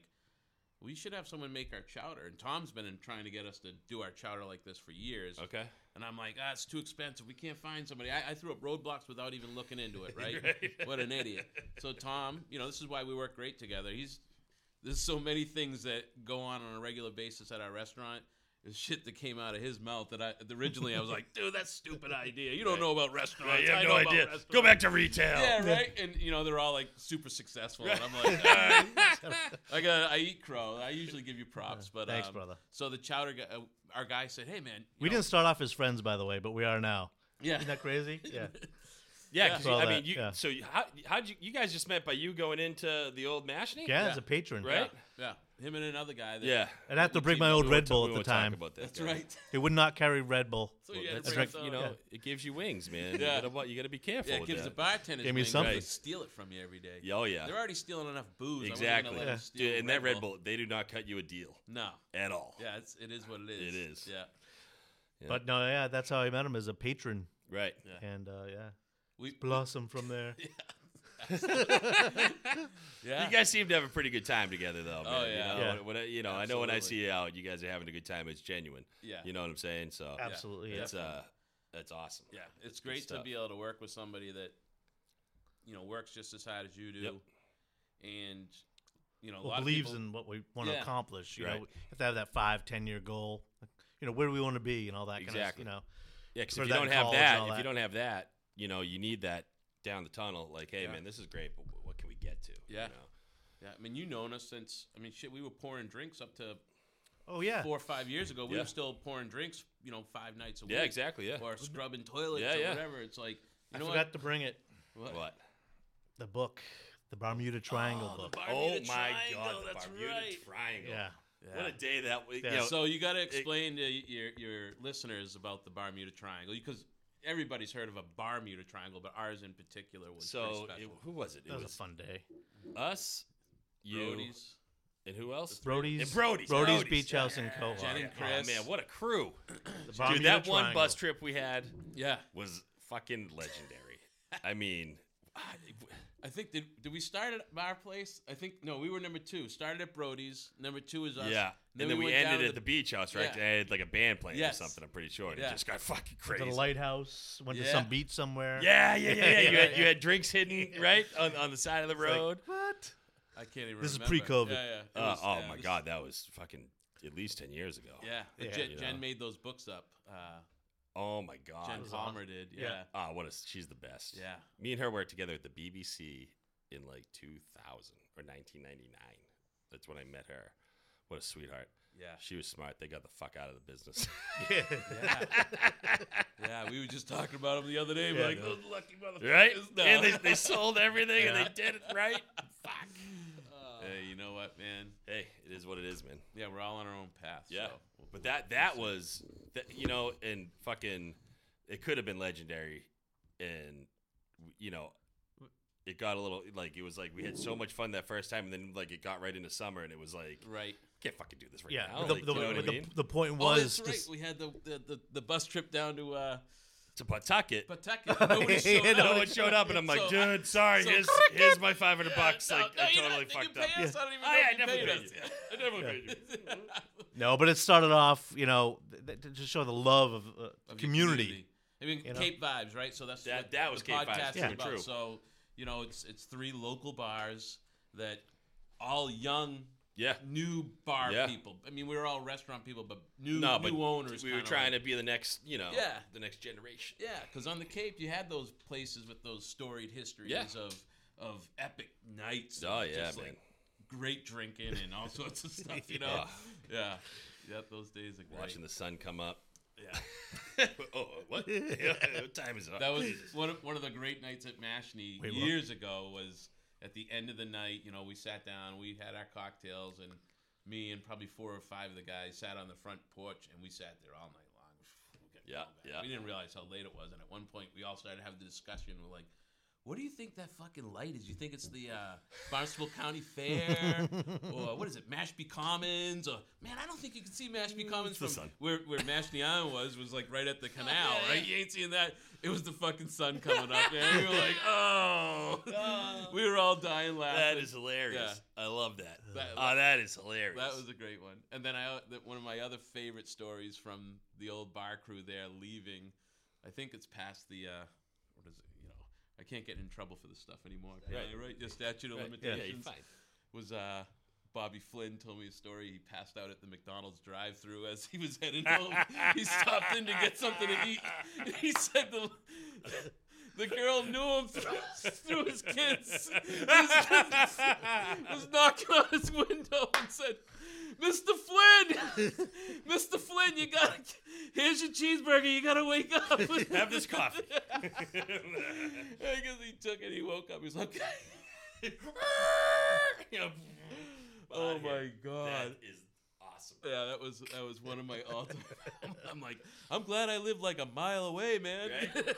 "We should have someone make our chowder." And Tom's been in trying to get us to do our chowder like this for years. Okay. And I'm like, ah, it's too expensive. We can't find somebody. I, I threw up roadblocks without even looking into it, right? Right. What an idiot. So Tom, you know, this is why we work great together. He's there's so many things that go on on a regular basis at our restaurant. There's shit that came out of his mouth that I originally I was like, dude, that's a stupid idea. You don't know about restaurants. I know about restaurants." back to retail. Yeah, right. And you know they're all like super successful, and I'm like, "Ah, I got, I eat crow. I usually give you props, but Thanks, um, brother. So the chowder, guy, uh, our guy said, hey man, you We know- didn't start off as friends, by the way, but we are now. yeah, Isn't that crazy? Yeah. Yeah. 'cause Yeah. you- I Saw mean, that, you. yeah. So you, how how'd you you guys just met by you going into the old Mashney? Yeah, as a patron. Right. Yeah, him and another guy. That, Yeah. I'd have to bring my old Red Bull at the time. About that, that's guys. right. It would not carry Red Bull. So you, Well, gotta that's bring right, us all- you know, yeah. it gives you wings, man. Yeah. You, gotta, wa- you gotta be careful. yeah, it with gives that. the bartenders Give me wings, something. They steal it from you every day. Yeah, oh yeah. they're already stealing enough booze. Exactly. I wasn't gonna let 'em Yeah. steal Dude, and that Red Bull. Bull, they do not cut you a deal No. at all. Yeah, it's, it is what it is. It is. Yeah, But no, yeah, that's how I met him as a patron, Right. and uh, yeah, we. blossom from there. Yeah. You guys seem to have a pretty good time together, though. Man. Oh, yeah. You know, Yeah. When, when I, you know I know when I see Absolutely. you out, you guys are having a good time. It's genuine. Yeah. You know what I'm saying? So Absolutely. Yeah. it's uh, that's awesome. yeah, it's great to stuff. be able to work with somebody that, you know, works just as hard as you do, Yep. and you know, a well, lot believes of people, in what we want to Yeah. accomplish. You Right. know, have to have that five, ten year goal. You know, where do we want to be and all that kind of. Exactly. You know, Yeah, because Or if you that don't in have college and that, all if that. you don't have that, you know, you need that down the tunnel. Like, hey, Yeah. man, this is great, but wh- what can we get to? you Yeah. know? Yeah, I mean, you known us since. I mean, shit, we were pouring drinks up to oh yeah, four or five years ago. We Yeah. were still pouring drinks, you know, five nights a week. yeah, exactly. Yeah. Or scrubbing toilets Yeah, or yeah. whatever. It's like, you I know forgot what? to bring it. What? What? The book, the Bermuda Triangle Oh, the book. Oh my Bermuda God! Triangle, The that's Bermuda right. Triangle. Yeah. What a day that was. Yeah. You know, So you got to explain to your your listeners about the Bermuda Triangle because everybody's heard of a Bermuda Triangle, but ours in particular was pretty so special. it- who was it? It That was a was fun day. us, you, Brody's, and who else? Brody's, And Brody's. Brody's. Beach House and Cohog. Jen and Chris. Oh, man, what a crew! The Dude, Bermuda that one Triangle. bus trip we had yeah. was fucking legendary. I mean, I think did did we start at our place? I think no, we were number two. Started at Brody's. Number two is us. yeah. and then we, went down ended to at the, beach house, right? Yeah. They had like a band playing Yes. or something. I'm pretty sure. And It Yeah. just got fucking crazy. The lighthouse. Went to Yeah. some beach somewhere. Yeah, yeah, yeah, yeah. You had, you Yeah. had drinks hidden right on, on the side of the It's like, road. what? I can't even. This is remember. pre-COVID. Yeah, yeah. It Uh, was- oh yeah, my this- god, that was fucking at least ten years ago. Yeah, Yeah. Jen, You Jen know. made those books up. Uh, Oh my god. Jen was Palmer awesome. did. Yeah, Yeah. Ah, what a she's the best. yeah. Me and her worked together at the BBC in like 2000 or 1999. That's when I met her. What a sweetheart. yeah. She was smart. They got the fuck out of the business. Yeah. Yeah. yeah, we were just talking about him the other day. Yeah. We're like, those lucky motherfuckers. right? No. And they, they sold everything Yeah. and they did it right. fuck. hey, you know what, man? Hey, it is what it is, man. Yeah, we're all on our own path. Yeah. So. we'll- But that that was that you know, and fucking it could have been legendary and you know it got a little like it was like we had so much fun that first time and then like it got right into summer and it was like Right. can't fucking do this right Yeah, now. the, like, the, you know what I the, mean? the point Oh, was that's right. just We had the, the, the, the bus trip down to uh, to Pawtucket. Pawtucket. Nobody showed Yeah, up. No one showed up, and I'm like, So, I- dude, sorry, so- here's, here's my 500 yeah, bucks. no, like, no, I you totally don't think fucked you up. Oh, pay us? I don't even know I, I if never you paid paid you. I never paid you. us. no, but it started off, you know, th- th- to show the love of, uh, Of your community. I mean, You know? Cape vibes, right? So that's That- what that the was Cape vibes, podcast is true, about. true. So you know, it's it's three local bars that all young, Yeah. new bar Yeah. people. I mean, we were all restaurant people, but new No, new but owners. we were trying to be the next, you know, Yeah. the next generation. Yeah, because on the Cape you had those places with those storied histories Yeah. of of epic nights. Oh, of yeah, just, man. Like, great drinking and all sorts of stuff. You know. yeah. Yep. Those days are great. Watching the sun come up. yeah. oh, what? what time is it? That was one of, one of the great nights at Mashney Wait, what? years ago. Was at the end of the night, you know, we sat down, we had our cocktails, and me and probably four or five of the guys sat on the front porch, and we sat there all night long. We kept Yeah, going back. yeah. We didn't realize how late it was, and at one point, we all started having the discussion. We're like. What do you think that fucking light is? You think it's the uh, Barnstable County Fair, or what is it, Mashpee Commons? Or man, I don't think you can see Mashpee Commons Mm, the from sun. where where Mashney Island was. Was like right at the canal, yeah, right? yeah. You ain't seeing that. It was the fucking sun coming up, man. We were like, oh, Oh. we were all dying that laughing. is hilarious. I love that. That- oh, that is hilarious. That was a great one. And then I that one of my other favorite stories from the old bar crew there leaving. I think it's past the uh, what is it? You know, I can't get in trouble for this stuff anymore. apparently, right? Just statute of Right. limitations. Yeah, you're fine. Was uh. Bobby Flynn told me a story. He passed out at the McDonald's drive-through as he was heading home. he stopped in to get something to eat. He said the the girl knew him through, through his kids. His kids was knocking on his window and said, "Mr. Flynn, Mr. Flynn, you got to here's your cheeseburger. You got to wake up. Have this coffee. I guess he took it. He woke up. He's like, Yeah. "Oh Outta my here. That god." is awesome. Yeah, that was that was one of my all-time. I'm like, I'm glad I live like a mile away, man. Right?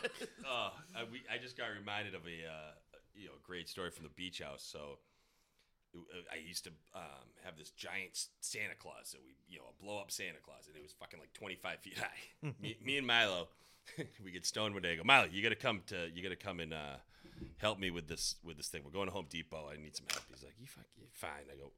oh, I, we, I just got reminded of a uh, you know great story from the beach house. So uh, I used to um, have this giant s- Santa Claus that we you know a blow up Santa Claus, and it was fucking like 25 feet high. me, me and Milo, we get stoned one day. I go, Milo, you gotta come to you gotta come and uh, help me with this with this thing. We're going to Home Depot. I need some help. He's like, you fuck, you fine. I go.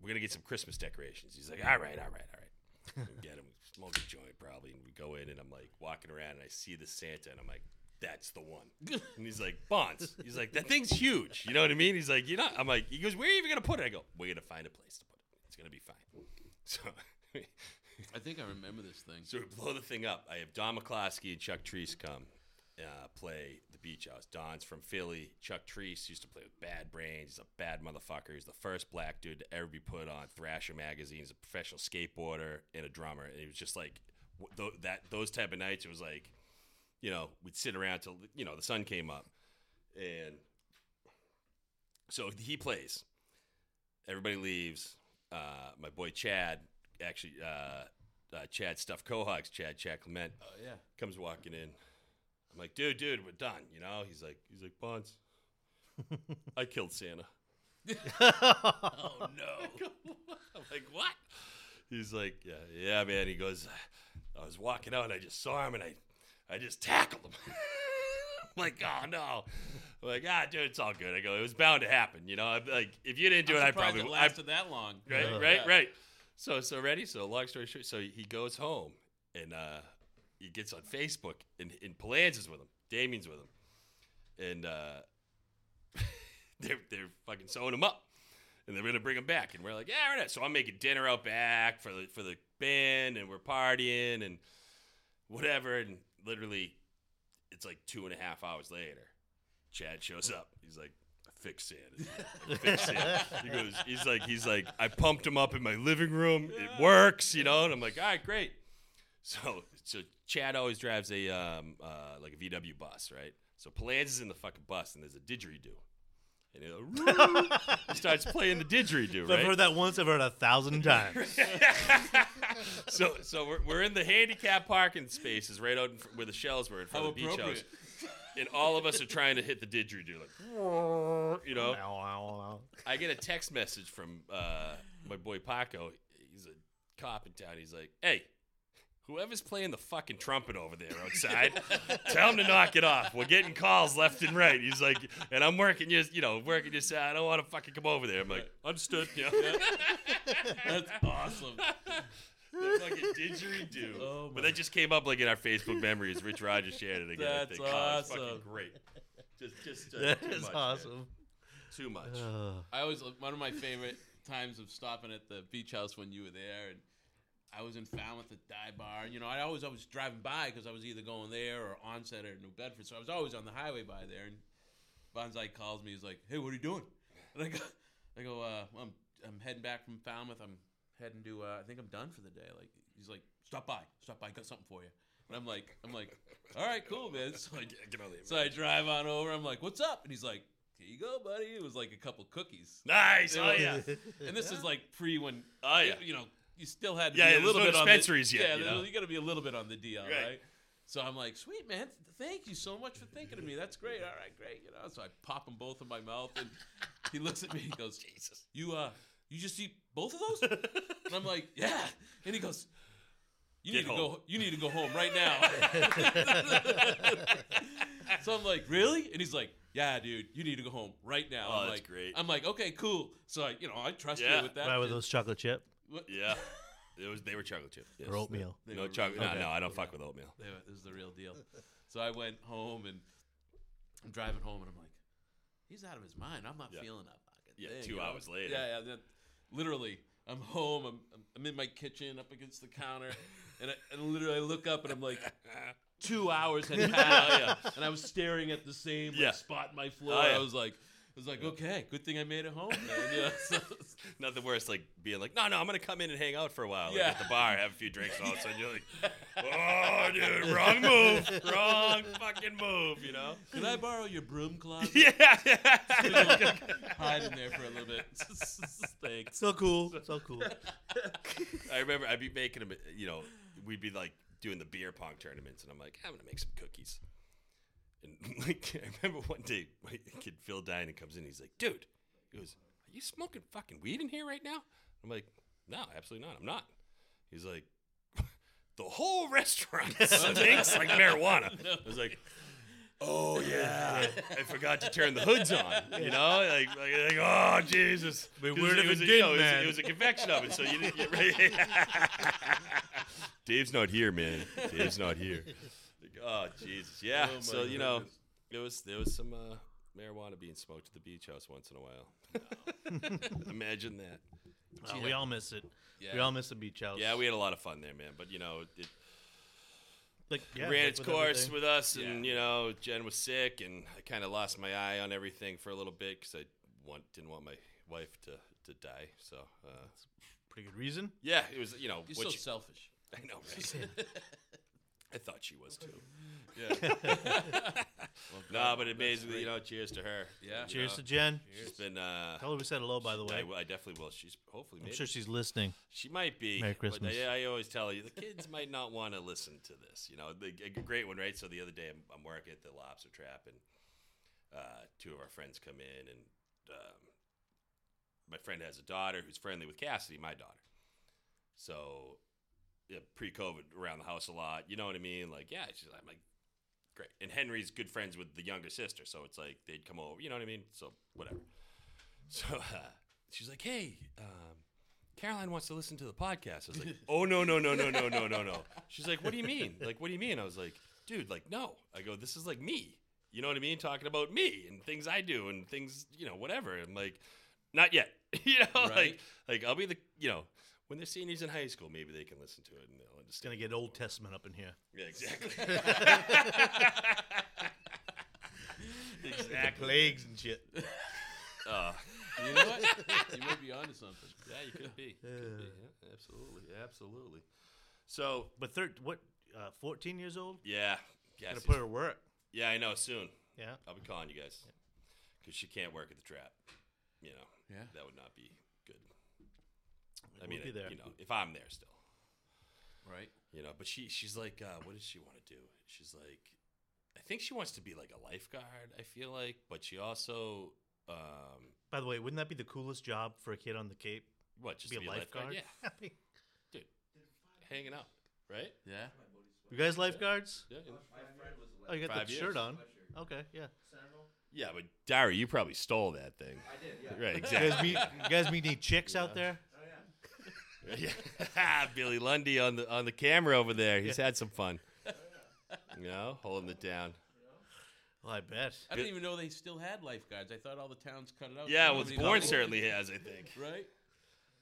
We're gonna get some Christmas decorations. He's like, all right, all right, all right and get him, smoke a joint probably, and we go in, and I'm like walking around, and I see the Santa, and I'm like, that's the one. And he's like, Bonds. He's like, that thing's huge. You know what I mean? He's like, you're not. I'm like, he goes, where are you even going to put it? I go, we're going to find a place to put it. It's going to be fine. So, I think I remember this thing. so we blow the thing up. I have Don McCloskey and Chuck Treese come uh, play the beach house. Don's from Philly. Chuck Treese used to play with Bad Brains. He's a bad motherfucker. He's the first black dude to ever be put on Thrasher magazine. He's a professional skateboarder and a drummer. And it was just like w- tho- that. Those type of nights, it was like you know, we'd sit around till you know the sun came up, and so he plays. Everybody leaves. Uh, my boy Chad, actually, uh, uh, Chad Stuff Cohogs, Chad Chad Clement Oh yeah. comes walking in. I'm like, dude, dude, we're done. You know, he's like, he's like, Bonds, I killed Santa. Oh no. I'm like, what? He's like, yeah, yeah, man. He goes, I was walking out and I just saw him and I, I just tackled him. I'm like, oh no. I'm like, ah, dude, it's all good. I go, it was bound to happen. You know, I'm like, if you didn't do it, I probably, it w- I, lasted that long. right, Yeah. right, Yeah. right. So, so ready. So, long story short, so he goes home and uh, he gets on Facebook and and Palanza's with him, Damien's with him, and uh, they're they're fucking sewing him up, and they're gonna bring him back, and we're like, yeah, right. So I'm making dinner out back for the for the band, and we're partying and whatever, and literally, it's like two and a half hours later, Chad shows up. He's like. "I fixed Santa. I fixed Santa. He goes. He's like. He's like. I pumped him up in my living room. It works, you know. And I'm like, all right, great. So so Chad always drives a um uh like a VW bus, right? So Palanza's in the fucking bus, and there's a didgeridoo, and it he starts playing the didgeridoo, I've right? heard that once. I've heard a thousand times. so so we're, we're in the handicap parking spaces right out in fr- where the shells were in front How of the beach house, appropriate. and all of us are trying to hit the didgeridoo, like you know. I get a text message from uh, my boy Paco. He's a cop in town. He's like, "Hey, whoever's playing the fucking trumpet over there outside, tell him to knock it off. We're getting calls left and right." He's like, "And I'm working just, you know, working just. I don't want to fucking come over there." I'm like, "Understood." You know? That's awesome. the fucking didgeridoo. Oh but my- that just came up like in our Facebook memories. Rich Rogers shared it again. I That's think. Oh, it's fucking awesome. great. Just, just uh, That too is much, man. awesome. Too much. Oh, Uh, Ugh. I always one of my favorite times of stopping at the beach house when you were there, and I was in Falmouth at Dive Bar. You know, I always I was driving by because I was either going there or onset or New Bedford, so I was always on the highway by there. And Bonsai calls me. He's like, "Hey, what are you doing?" And I go, I go, uh, "Well, I'm I'm heading back from Falmouth. I'm heading to. Uh, I think I'm done for the day. Like he's like, stop by, stop by. I got something for you. And I'm like, I'm like, all right, cool, man. So I Get on the so I drive on over. I'm like, "What's up?" And he's like, "Here you go, buddy." It was like a couple cookies. nice. Oh It yeah. was- And this is like pre when Oh yeah. you know you still had to Yeah, be a there's little no bit dispensaries on yet, the, Yeah, you there- know? you got to be a little bit on the DL, Right. right. So I'm like, "Sweet man, th- thank you so much for thinking of me. That's great. All right, great." You know, so I pop them both in my mouth, and he looks at me and goes, Jesus. "You uh, you just eat both of those?" And I'm like, "Yeah." And he goes. You Get need to home. go. You need to go home right now. So I'm like, really? And he's like, yeah, dude, you need to go home right now. Oh, I'm that's like, great. I'm like, okay, cool. So I, you know, I trust Yeah. you with that. Right with shit. those chocolate chip What- Yeah. It was they were chocolate chip. Yes. or oatmeal. They no were chocolate. real- No, no, I don't fuck with oatmeal. They were- this is the real deal. So I went home and I'm driving home and I'm like, he's out of his mind. I'm not Yeah. feeling that fucking Yeah, thing, two you know? hours later. Yeah, yeah. that- literally, I'm home. I'm, I'm- I'm in my kitchen up against the counter, and I, and literally I look up and I'm like, two hours had passed, and I was staring at the same like, Yeah. spot in my floor. Oh, yeah. I was like, I was like, okay, good thing I made it home. man." Yeah, so- Nothing worse like being like, no, no, I'm gonna come in and hang out for a while like, Yeah. at the bar, have a few drinks, and all of a sudden you're like, oh, dude, wrong move, wrong fucking move, you know? Can I borrow your broom closet? Yeah. Hide in there for a little bit. Thanks. So cool. So cool. I remember I'd be making them, you know, we'd be like doing the beer pong tournaments, and I'm like, I'm gonna make some cookies. And like, I remember one day my kid Phil Dinan comes in, he's like, dude, he goes, are you smoking fucking weed in here right now? I'm like, no, absolutely not. I'm not. He's like, the whole restaurant stinks like marijuana. I was like. Oh yeah, I forgot to turn the hoods on. You know, like, like, like, oh Jesus. We It was- wouldn't it was have a- you did, know, it was- man. It was a convection oven, so you didn't get ready. Dave's not here, man. Dave's not here. Like, Oh Jesus, yeah. Oh, my so you know, goodness. there was there was some uh, marijuana being smoked at the beach house once in a while. Imagine that. Uh, we all miss it. Yeah. We all miss the beach house. Yeah, we had a lot of fun there, man. But you know, it like, yeah, ran like its with course everything. with us, and you know, Jen was sick, and I kind of lost my eye on everything for a little bit because I want didn't want my wife to to die. So uh, Pretty good reason. yeah, it was you know, You're so which selfish. I know, right? I thought she was too. Yeah. Nah, but amazingly, you know, cheers to her. Yeah. You Cheers know, to Jen. She's been. Uh, Tell her we said hello, by the I, way. w- I definitely will. She's hopefully. I'm made sure it. she's listening. She might be. Merry But Christmas. I, I always tell you, the kids might not want to listen to this. You know, the, a great one, right? So the other day, I'm, I'm working at the Lobster Trap, and uh, two of our friends come in, and um, my friend has a daughter who's friendly with Cassidy, my daughter. So, yeah, pre-COVID, around the house a lot. You know what I mean? Like, yeah, she's, I'm like, great. And Henry's good friends with the younger sister, so it's like they'd come over. You know what I mean? So whatever. So uh, she's like, hey. Um, Caroline wants to listen to the podcast. I was like, oh no, no, no, no, no, no, no, no. She's like, what do you mean? Like, what do you mean? I was like, dude, like, no. I go, this is like me. You know what I mean? Talking about me and things I do and things, you know, whatever. I'm like, not yet. you know, like Right. like I'll be the you know, when they're seniors in high school, maybe they can listen to it and they'll It's going understand. to get Old Testament up in here. Yeah, exactly. exactly. Plagues and shit. Uh, you know what? You might be onto something. yeah, you could be. Could be. Yeah, absolutely. Absolutely. So But third, what, uh, 14 years old? yeah. Yeah, Got to see- put her to work. yeah, I know. Soon. Yeah. I'll be calling you guys because she can't work at the trap. You know, Yeah. that would not be good. I We'll mean, be there. you know, if I'm there still, Right. you know. But she, she's like, uh, what does she want to do? She's like, I think she wants to be like a lifeguard. I feel like, but she also, um, By the way, wouldn't that be the coolest job for a kid on the Cape? what, just Be a lifeguard? Yeah, dude, hanging out, right? Yeah. you guys lifeguards? Yeah, yeah. Oh, you got Five the years. shirt on. Okay, yeah. yeah but Diary, you probably stole that thing. I did, yeah. Right, You exactly. guys meet, you guys meet any chicks out there? Yeah. Billy Lundy on the on the camera over there. He's had some fun. You know, holding it down. Well, I bet. I didn't even know they still had lifeguards. I thought all the towns cut it out. Yeah, so well, nobody Bourne knows. certainly has, I think. Right.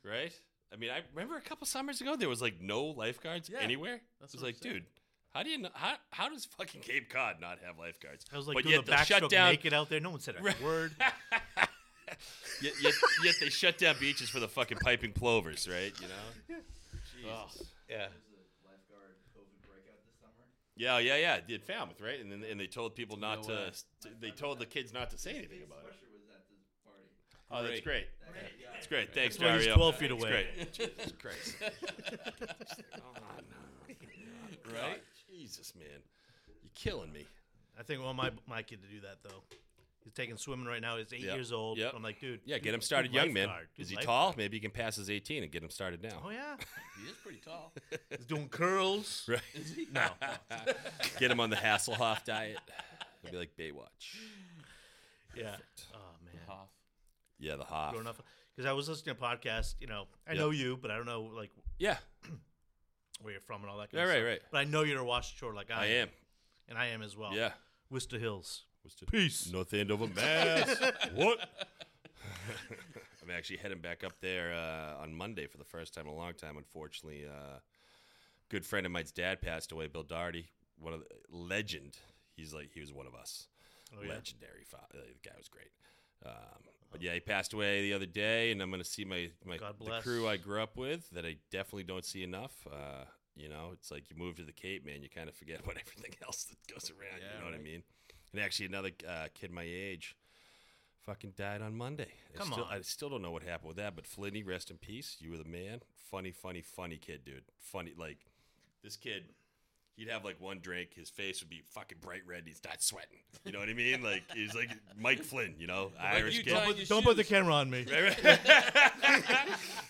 Right? I mean, I remember a couple summers ago there was like no lifeguards Yeah, anywhere. that's It was what I'm like, saying. dude, how do you know, how how does fucking Cape Cod not have lifeguards? I was like but doing yet the they'll shut backstroke down. naked out there. No one said a word. Yet, yet, yet they shut down beaches for the fucking piping plovers, right? You know. Jesus. Yeah. Yeah, yeah, yeah. it Did Falmouth, right? And then and they told people not to. No way. st- They told the kids not to say anything about it. was at this party. Oh, that's great. That's great. Thanks, why he's Dario. 12 feet That's away. Great. Jesus Christ. right? Jesus, man. You're killing me. I think I want my my kid to do that though. He's taking swimming right now. He's eight Yeah. years old. Yeah. I'm like, dude. Yeah, do- get him do started young, man. lifeguard. Do Is he lifeguard. tall? Maybe he can pass his 18 and get him started now. Oh yeah. He is pretty tall. He's doing curls. Right. No. Get him on the Hasselhoff diet. It'll be like Baywatch. Yeah. Oh man. Hoff. Yeah, the Hoff. Growing up, because I was listening to a podcast. You know, I Yeah. know you, but I don't know like Yeah. where you're from and all that. Kind Yeah, of right, stuff. right. But I know you're a Washington Shore like I, I am. and I am as well. Yeah. Worcester Hills. What's to- Peace. North Andover, Mass. what? I'm actually heading back up there uh, on Monday for the first time in a long time. Unfortunately, uh, good friend of mine's dad passed away, Bill Daugherty, one of the, legend. He's like he was one of us, Oh, yeah. legendary. Fa- uh, the guy was great. Um, but yeah, he passed away the other day, and I'm gonna see my my God the bless. crew I grew up with that I definitely don't see enough. Uh, you know, it's like you move to the Cape, man, you kind of forget about everything else that goes around. Yeah, you know what I right. mean? And actually, another uh, kid my age fucking died on Monday. I Come still- on. I still don't know what happened with that, but Flinty, rest in peace. You were the man. Funny, funny, funny kid, dude. Funny, like this kid. He'd have like one drink, his face would be fucking bright red. He'd start sweating. You know what I mean? Like he's like Mike Flynn, you know, Irish you kid. tell- Don't, your put, don't put the shoes. camera on me.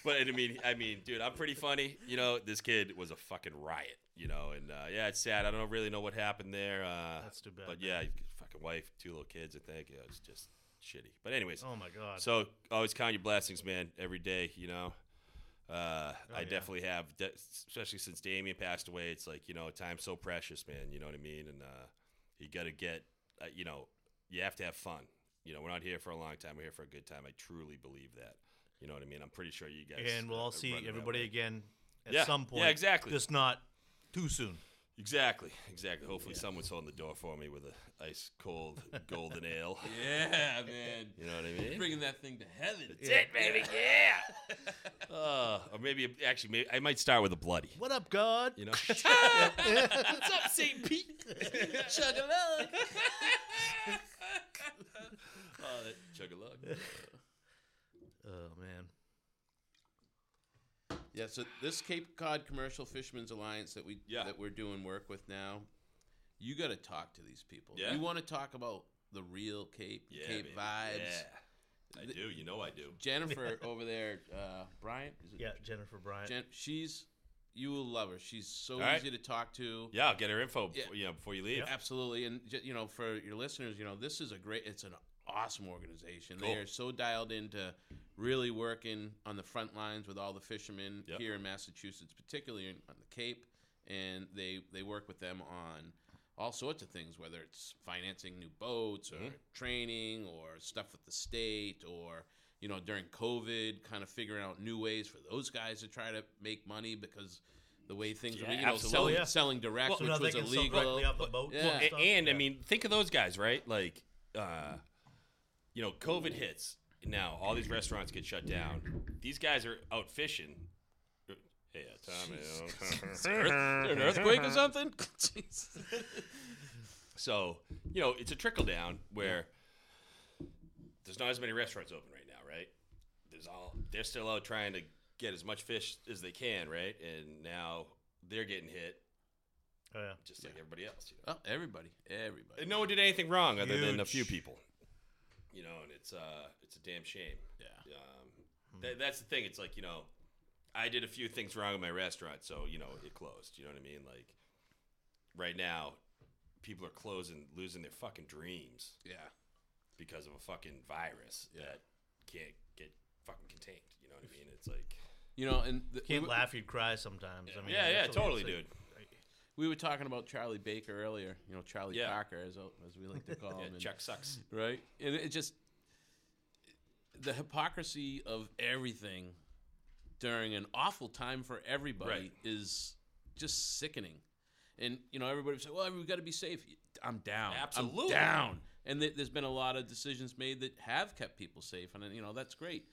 but I mean, I mean, dude, I'm pretty funny. You know, this kid was a fucking riot. You know, and uh, yeah, it's sad. I don't really know what happened there. Uh, That's too bad, But yeah, fucking wife, two little kids. I think yeah, it's just shitty. But anyways, Oh my God. so always count your blessings, man. Every day, you know. Uh, I Oh, yeah. definitely have, de- especially since Damien passed away. It's like you know, time's so precious, man. You know what I mean? And uh, you got to get, uh, you know, you have to have fun. You know, we're not here for a long time. We're here for a good time. I truly believe that. You know what I mean? I'm pretty sure you guys. and we'll uh, all are see running that everybody way. again at Yeah, some yeah, point. exactly. Just not too soon. Exactly, exactly. Hopefully, someone's holding the door for me with a ice cold golden ale. Yeah, man. You know what I mean? Bringing that thing to heaven. That's it, baby. Yeah. uh, or maybe actually, maybe I might start with a bloody. What up, God? You know, Oh, What's up, St. Pete? Chug-a-lug. oh, that chug a lug. Oh man. Yeah, so this Cape Cod Commercial Fishermen's Alliance that we Yeah. that we're doing work with now, you got to talk to these people. Yeah. You want to talk about the real Cape, Yeah, Cape baby. vibes. Yeah. I do. You know I do. Jennifer over there, uh, Bryant. Is it Yeah, Jennifer Bryant. Jen, she's you will love her. She's so All right. easy to talk to. Yeah, I'll get her info. Yeah. Before, you know, before you leave. Yeah. Absolutely, and ju- you know, for your listeners, you know, this is a great. It's an awesome organization. They Cool. are so dialed into really working on the front lines with all the fishermen Yep. here in Massachusetts, particularly in, on the Cape, and they they work with them on all sorts of things, whether it's financing new boats or Mm-hmm. training or stuff with the state or you know during COVID, kind of figuring out new ways for those guys to try to make money because. The way things Yeah, were, you know, absolutely. selling, Yeah. selling direct, so which now they was can sell illegal. directly off the boat. yeah. A- and I mean, think of those guys, right? Like, uh, you know, COVID hits. Now all these restaurants get shut down. These guys are out fishing. Yeah, Tommy. oh, Is there an earthquake or something? So, you know, it's a trickle down where there's not as many restaurants open right now, right? There's all they're still out trying to get as much fish as they can, right? And now they're getting hit oh, yeah. just like everybody else. You know? oh, everybody, everybody. And no one did anything wrong other than a few Huge. people. You know, and it's uh it's a damn shame. Yeah. Hmm. Um, tha- that's the thing. It's like, you know, I did a few things wrong in my restaurant, so, you know, it closed. You know what I mean? Like, right now, people are closing, losing their fucking dreams. Yeah. because of a fucking virus Yeah. that can't get fucking contained. You know what I mean? It's like You know, and the, Can't we, were- laugh, you'd cry sometimes. I mean, yeah, yeah, that's what we totally, say. dude. we were talking about Charlie Baker earlier. You know, Charlie Yeah. Parker, as as we like to call Yeah, him. and- Chuck sucks. right? And it just the hypocrisy of everything during an awful time for everybody Right. is just sickening. And you know, everybody would say, "Well, we've got to be safe." I'm down. I'm Absolutely. down. And th- there's been a lot of decisions made that have kept people safe, and you know that's great.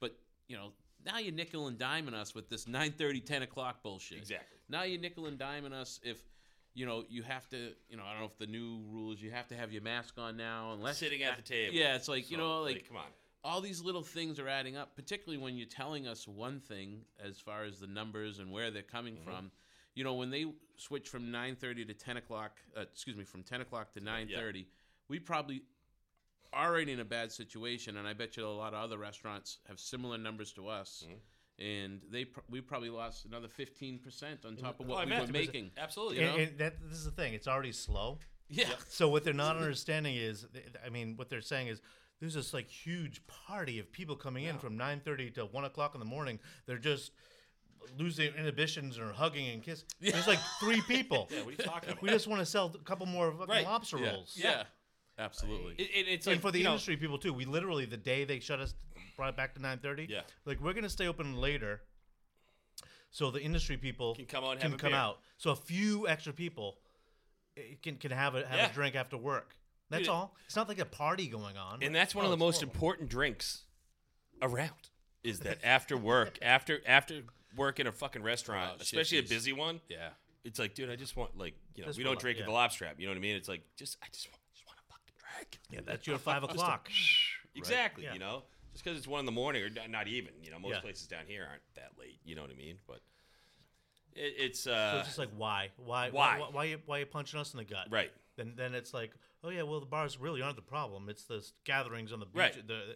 But you know, now you're nickel and diming us with this 9:30, 10 o'clock bullshit. Exactly. Now you're nickel and diming us if you know you have to. You know, I don't know if the new rules you have to have your mask on now unless Sitting at the table. yeah, it's like you So, know, like, come on. all these little things are adding up. Particularly when you're telling us one thing as far as the numbers and where they're coming Mm-hmm. from. You know, when they switch from 9:30 to 10 o'clock, uh, excuse me, from 10 o'clock to 9:30, we probably already in a bad situation, and I bet you a lot of other restaurants have similar numbers to us. Mm-hmm. And they pr- we probably lost another 15% on top of Oh, I what we bet were it was- making. Absolutely. You And, know? and that, this is the thing. It's already slow. Yeah. So what they're not understanding is, th- I mean, what they're saying is, there's this like huge party of people coming in from 9:30 to 1 o'clock in the morning. They're just losing inhibitions and hugging and kissing. There's like three people. Yeah, what are you talking about? We just want to sell a couple more fucking Right. lobster Yeah. rolls. yeah. Absolutely. It- it- it's and like, for the you know, industry people too. We literally the day they shut us brought it back to 9:30. Yeah. Like we're going to stay open later. So the industry people Can come out and can have a come beer. out. So a few extra people eh, can can have a have Yeah. a drink after work. That's Dude, all. It's not like a party going on. and that's one of the most important drinks around. Is that after work, after after work in a fucking restaurant, Oh, shit, especially geez. a busy one? yeah. It's like, dude, I just want like you know, Just we want don't a- drink at yeah. the lobster trap. You know what I mean? It's like just I just want, just want a fucking drink. Yeah, that's your five o'clock. Exactly. Yeah. You know, just because it's one in the morning or not- not even. You know, most Yeah. places down here aren't that late. You know what I mean? But it, it's uh, So it's just like why, why, Why? why, why, you, why you punching us in the gut? Right. Then then it's like, oh yeah, well the bars really aren't the problem. It's the s- gatherings on the beach. Right. The,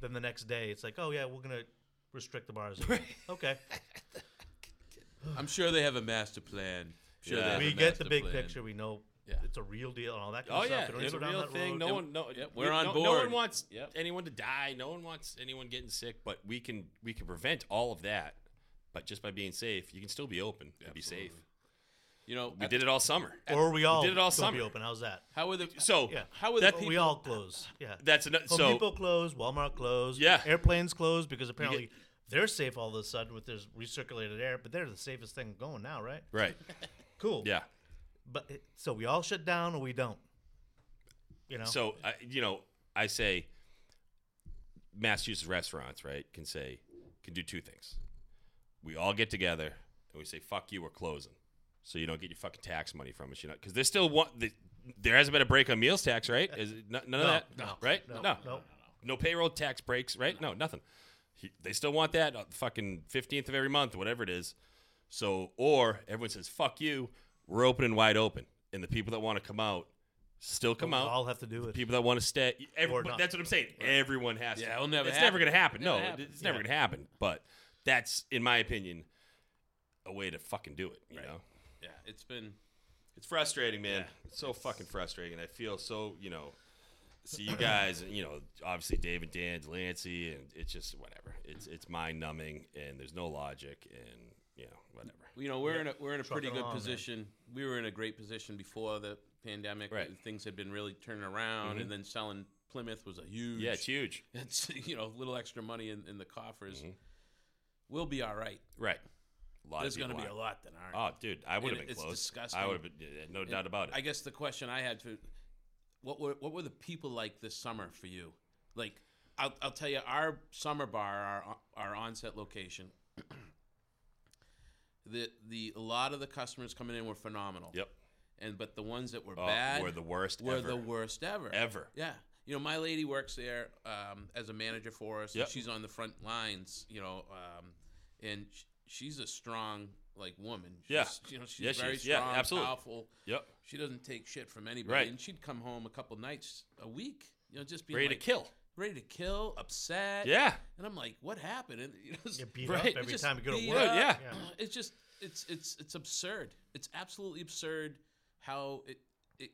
then the next day, it's like, oh yeah, we're gonna restrict the bars. Okay. I'm sure they have a master plan. Sure, Yeah. they have we a get the master big plan. picture. We know Yeah. it's a real deal and all that kind oh of yeah, stuff. They don't it's a go down real that thing. road. No one, no, Yep, we- we're on no, No board. one wants Yep. anyone to die. No one wants anyone getting sick. But we can we can prevent all of that but just by being safe, you can still be open and be safe. Absolutely. You know, We did it all summer. Or we all did it all still be summer. open. How's that? how were the So Yeah. how were the that- Or people? we all close. Yeah. that's another. Home So Depot closed. Walmart closed. Yeah. Airplanes closed because apparently they're safe all of a sudden with this recirculated air, but they're the safest thing going now, right? right, Cool. yeah. But it, so we all shut down or we don't. You know. So I, you know, I say Massachusetts restaurants, right, can say can do two things. We all get together and we say, "Fuck you, we're closing," so you don't get your fucking tax money from us, you know, because there's still one. The, there hasn't been a break on meals tax, right? Is it, no- none No, of that, no, right? no, no, no. no payroll tax breaks, right? No, nothing. He, they still want that uh, fucking fifteenth of every month, whatever it is. So, or everyone says, "Fuck you," we're opening wide open, and the people that want to come out still come we out. all have to do it. People that want to stay. e, Every, Or but not. that's what I'm saying. Everyone has to. Yeah, it'll never It's happen. never going to happen. Never no, it- happen. it's never Yeah. going to happen. But that's, in my opinion, a way to fucking do it. You know, yeah, it's been it's frustrating, man. It's so fucking frustrating. I feel so, you know, see you guys, and you know, obviously Dave and Dan, Delancey, and it's just whatever. It's it's mind numbing, and there's no logic, and you know, whatever. you know we're in a we're in a pretty Trucking good along, man. position. We were in a great position before the pandemic. Right. Mm-hmm. Things had been really turning around, and then selling Plymouth was a huge Yeah, it's huge. it's you know a little extra money in, in the coffers. We'll be all right. Right. A Mm-hmm. lot of There's going to people be a aren't. lot that aren't. Oh, dude, I would have And been it's close. I disgusting. would have been, yeah, no doubt about it. I guess the question I had to, what were what were the people like this summer for you? Like, I'll, I'll tell you, our summer bar, our our onset location, the the a lot of the customers coming in were phenomenal. yep. And but the ones that were Oh, bad We're the worst were ever. the worst ever. ever. Yeah. You know, my lady works there um, as a manager for us. and Yep. She's on the front lines, you know, um, and sh- she's a strong, like, woman. Yeah. She's, You know, she's Yeah, she very is. Yeah, strong, absolutely. powerful. Yep. She doesn't take shit from anybody. Right. And she'd come home a couple nights a week, you know, just being Ready like, to kill. ready to kill, upset. Yeah. And I'm like, what happened? And, you know, it's- Get beat Right, up every just time you go to beat work. Right, yeah. Yeah. it's just it's it's it's absurd. It's absolutely absurd how it it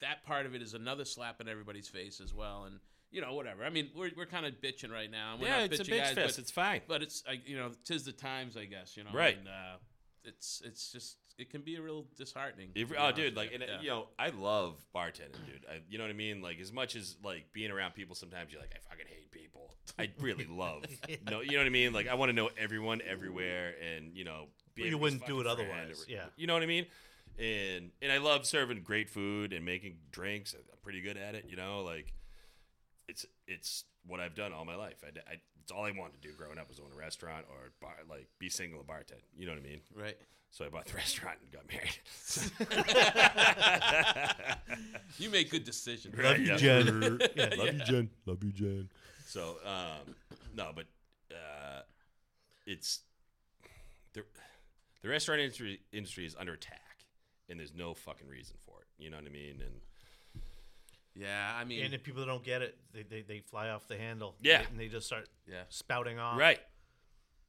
that part of it is another slap in everybody's face as well. And you know whatever. I mean we're we're kind of bitching right now. and We're yeah, not it's a bitchy bitch guys, fest. But, it's fine. but it's like you know tis the times I guess you know Right. And, uh, it's it's just it can be a real disheartening. If- to be oh, honest dude, with like, you. and, uh, Yeah. you know, I love bartending, dude. I, you know what I mean? Like, as much as like being around people, sometimes you're like, I fucking hate people. I really love. No, you know what I mean? Like, I want to know everyone everywhere, and you know, be Well, you everybody's wouldn't do fucking it friend otherwise, yeah. you know what I mean? And and I love serving great food and making drinks. I'm pretty good at it, you know. Like, it's it's what I've done all my life. I, I- it's all I wanted to do growing up was own a restaurant or bar, like be single and bartend. You know what I mean? right. So I bought the restaurant and got married. You make good decisions. Right. Love you, yeah. Jen. Love you, Jen. Love you, Jen. So um, no, but uh, it's the the restaurant industry industry is under attack, and there's no fucking reason for it. You know what I mean? And Yeah, I mean And if people don't get it, they, they, they fly off the handle. Yeah. And they just start Yeah. spouting Uh, off. right,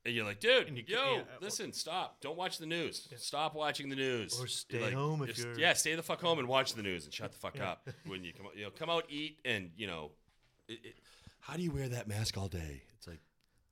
and you're like, dude, And you ca- yo, yeah, or- listen, stop, don't watch the news, stop watching the news, Or stay Like, home if just- you're- yeah, stay the fuck home and watch the news and shut the fuck up when you come out. You know, come out, eat, and you know, it, it, how do you wear that mask all day? It's like.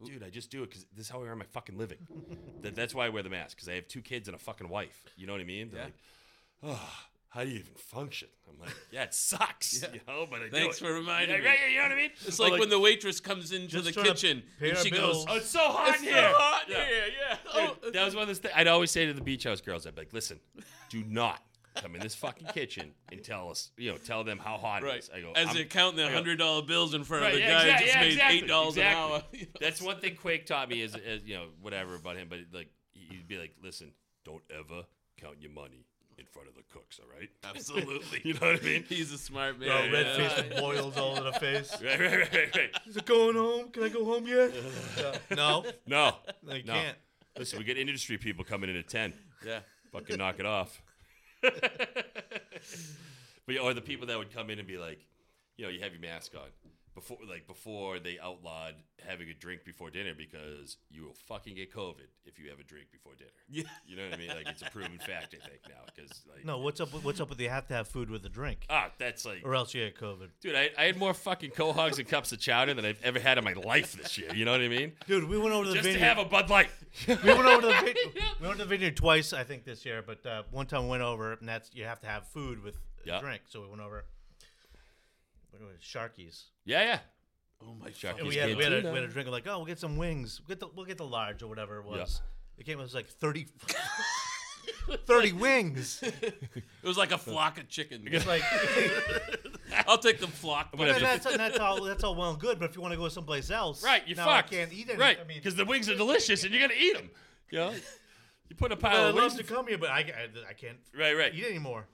Dude, I just do it because this is how I earn my fucking living. that, that's why I wear the mask because I have two kids and a fucking wife. You know what I mean? They're Yeah. like, oh, how do you even function? I'm like, yeah, it sucks. Yeah. You know, but I do Thanks it." for reminding yeah, me. Right, you know what I mean? it's like, Or when the waitress comes into Just the trying to kitchen pay and our she bills. goes, oh, it's so hot It's in so here. hot Yeah. here. Yeah. Dude, Oh, that was one of those things I'd always say to the beach house girls. I'd be like, listen, do not come in this fucking kitchen and tell us, you know, tell them how hot it right. is. I go, As "I'm- they're counting their I go- hundred dollar bills in front Right, of the yeah, guy exact- who just yeah, made exactly, eight dollars exactly. an hour. That's one thing Quake taught me is, is you know whatever about him, but like he'd be like, listen, don't ever count your money in front of the cooks, all right? Absolutely. you know what I mean? He's a smart man. Bro, red yeah. face with boils all over the face. Right, right, right, right, right. Is it going home? Can I go home yet? no, No, they no. can't. Listen, we get industry people coming in at ten. Yeah. Fucking knock it off. but yeah, or the people that would come in and be like, you know, you have your mask on, before like before they outlawed having a drink before dinner because you will fucking get COVID if you have a drink before dinner. Yeah. You know what I mean? Like it's a proven fact I think now because like No, what's up? with- What's up with you have to have food with a drink, ah that's like or else you get COVID. dude I, I had more fucking cohogs and cups of chowder than I've ever had in my life this year. You know what I mean? Dude, we went over to the Just to vineyard. have a Bud Light. we went over to the vineyard. We went to the vineyard twice, I think, this year. But uh, one time we went over, and that's you have to have food with a Yeah. drink. So we went over. What was it, Sharkies. yeah yeah. Oh my Shocking. god. And we He's had, we, had a, Cantina. we had a drink of like, oh, we'll get some wings. We'll get the, we'll get the large or whatever it was. It came it was like 30, 30 wings. It was like a flock of chicken. It's like I'll take the flock. gonna and but- that's, and that's all that's all well and good, but if you want to go someplace else, Right, you now fucked. I can't eat any. Right, I mean, because the wings are delicious and you're gonna eat them. You know, you put a pile I of love wings. to come here, but I, I, I can't Right, right. eat anymore.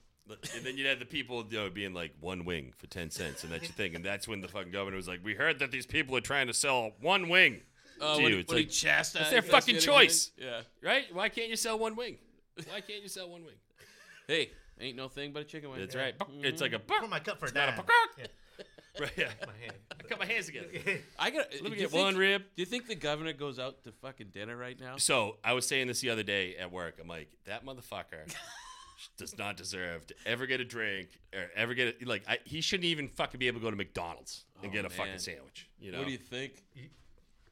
And then you'd have the people you know, being like one wing for ten cents, and that's your thing. And that's when the fucking governor was like, "We heard that these people are trying to sell one wing Uh, to you." when, when It's he like, chastised it's their us fucking the other choice. night. Yeah. right? Why can't you sell one wing? Why can't you sell one wing? Hey, ain't no thing but a chicken wing. That's right. It's like a Put my cup for a not a dime. peacock. Yeah, right. Yeah. my hand. I cut my hands together. I got. Let me get one rib. Do you think the governor goes out to fucking dinner right now? So I was saying this the other day at work. I'm like, that motherfucker does not deserve to ever get a drink or ever get a, like. I, he shouldn't even fucking be able to go to McDonald's and Oh, get a fucking man. sandwich. You know. What do you think?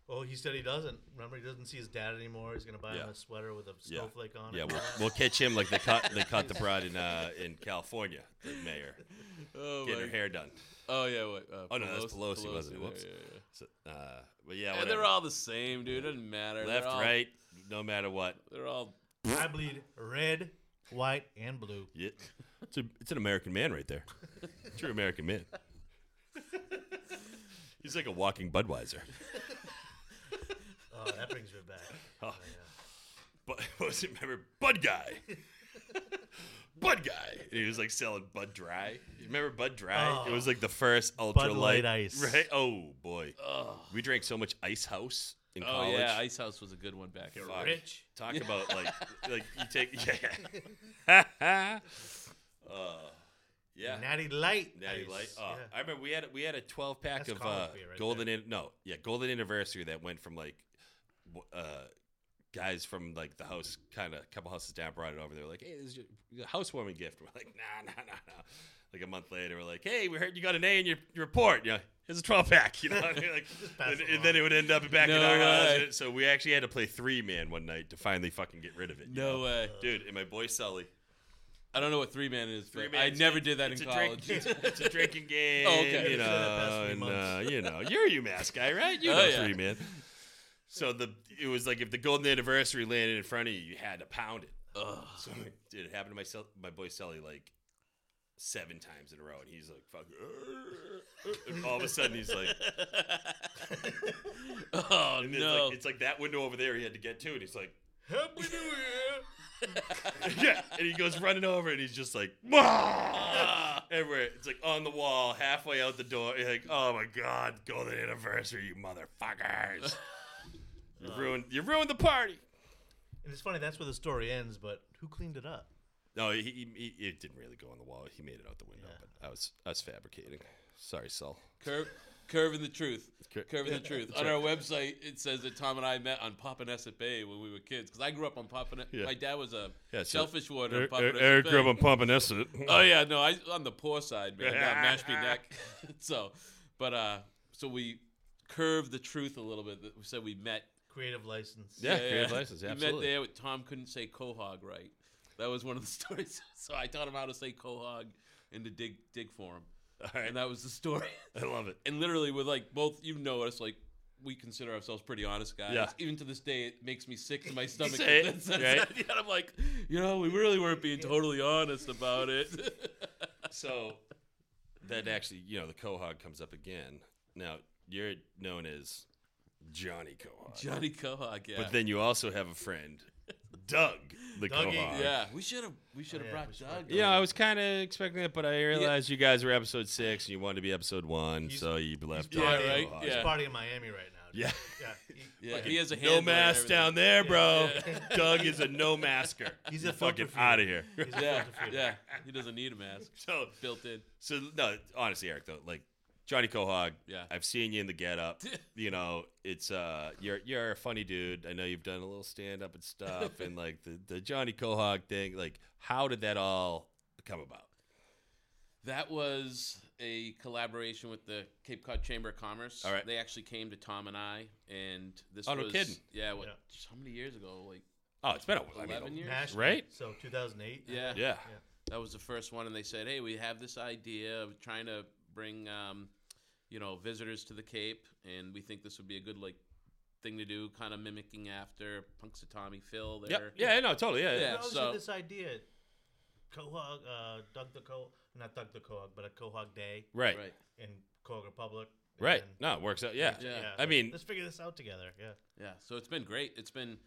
Oh, he said he doesn't. Remember, he doesn't see his dad anymore. He's gonna buy him Yeah. a sweater with a Yeah. snowflake on it. yeah, we'll, we'll catch him like they caught they caught the bride in uh, in California, the mayor Oh, getting her my- hair done. oh yeah. What, uh, Oh, no, that's Pelosi, wasn't it? there, Whoops. yeah, yeah. So, uh, but yeah, And whatever. they're all the same, dude. It doesn't matter. They're left, all- right, no matter what. They're all. I bleed red, white, and blue. Yeah. It's, a, it's an American man right there, true American man. He's like a walking Budweiser. Oh, that brings me back. Oh. But what was it? Remember Bud Guy? Bud Guy. And he was like selling Bud Dry. You remember Bud Dry? it was like the first ultra Oh. Light Ice. Right? Oh boy, Oh, we drank so much Ice House in oh college. yeah. Ice House was a good one back in the Fuck. day. Rich. Talk about like like you take yeah. uh, yeah. Natty Light. Natty Ice. Light. Oh, Yeah. I remember we had we had a 12 pack That's of uh, college beer right Golden in, no, yeah, Golden Anniversary that went from like w- uh, guys from like the house kind of a couple houses down brought it over. They were like, "Hey, this is your a housewarming gift." We're like, "Nah, nah, nah, nah." Like a month later, we're like, "Hey, we heard you got an A in your, your report. Yeah, here's a 12 pack." You know, and, you're like, pass and, it and then it would end up back in No our way. house. So we actually had to play three man one night to finally fucking get rid of it. you No know? way. dude. And my boy Sully, I don't know what three man is. Three But I man's- never did that in it's a college. Drink, it's, it's a drinking game. Oh, okay. You It's been the past know, few and, uh, months. you know, you're a UMass guy, right? You Oh, know yeah. three man. So the it was like if the golden anniversary landed in front of you, you had to pound it. Ugh. So like, dude, it happened to myself, my boy Sully, like seven times in a row, and he's like, "Fuck!" and all of a sudden, he's like, Oh and then, no. like, it's like that window over there he had to get to, and he's like, Help me do it. yeah, and he goes running over, and he's just like, "Wah!" everywhere. It's like on the wall, halfway out the door. You're like, oh my god, golden anniversary, you motherfuckers! you ruined, you ruined the party. And it's funny. That's where the story ends. But who cleaned it up? No, he, he, he it didn't really go on the wall. He made it out the window, but I was, I was fabricating. Sorry, Saul. Curve, curving the truth. Cur- curving the truth. On our website, it says that Tom and I met on Papanesset Bay when we were kids. Because I grew up on Papanesset. Yeah. My dad was a Yeah, so- shellfish warden on Eric, Papanesset Bay. grew up on pumping this. Oh yeah, no, I on the poor side, man. Not Mashpee neck. so, but uh, so we curved the truth a little bit. We said we met. Creative license. Yeah, creative license, We met absolutely. there. With, Tom couldn't say quahog right. That was one of the stories. So I taught him how to say quahog and to dig dig for him, All right, and that was the story. I love it. and literally with like both you know us like we consider ourselves pretty honest guys Yeah. even to this day it makes me sick to my stomach Say it, That's- that's- right? yeah, i'm like you know we really weren't being totally honest about it So that actually, you know, the Quahog comes up again. Now you're known as Johnny Quahog, johnny Cohog, yeah but then you also have a friend, Doug the Dougie, Quahog. yeah we should have we should Oh, yeah, have we brought should have doug Yeah, I was kind of expecting it, but I realized realized you guys were episode six and you wanted to be episode one, He's- so you left. Oh, he's Yeah, partying- right? He's Yeah. partying in Miami right now. dude. Yeah. Yeah. He, yeah fucking- he has a No handler and mask everything. down there, bro. Doug is a no masker. He's You're a fucking filter feeder. out of here. he's a yeah filter feeder. yeah he doesn't need a mask So built in So no, honestly, Eric, though, like Johnny Cohog, Yeah. I've seen you in the get up. you know, it's uh you're you're a funny dude. I know you've done a little stand up and stuff and like the, the Johnny Cohog thing, like how did that all come about? That was a collaboration with the Cape Cod Chamber of Commerce. All right. They actually came to Tom and I, and this Oh, no was kidding. yeah, what, Yeah. how many years ago? Like Oh, it's been a I mean, eleven years. National, Right? So 2008. Yeah, Yeah. That was the first one, and they said, "Hey, we have this idea of trying to bring, um, you know, visitors to the Cape, and we think this would be a good like thing to do, kind of mimicking after Punxsutawney Phil there." Yep. Yeah, no, totally. Yeah. Yeah. yeah. And also so- this idea, Cohog, uh, Doug the Co, not Doug the Cohog, but a Cohog Day Right. Right. Right. in Cohog Republic. and then- No, it works out. Yeah. Yeah. I mean- let's figure this out together. Yeah. Yeah, so it's been great. It's been,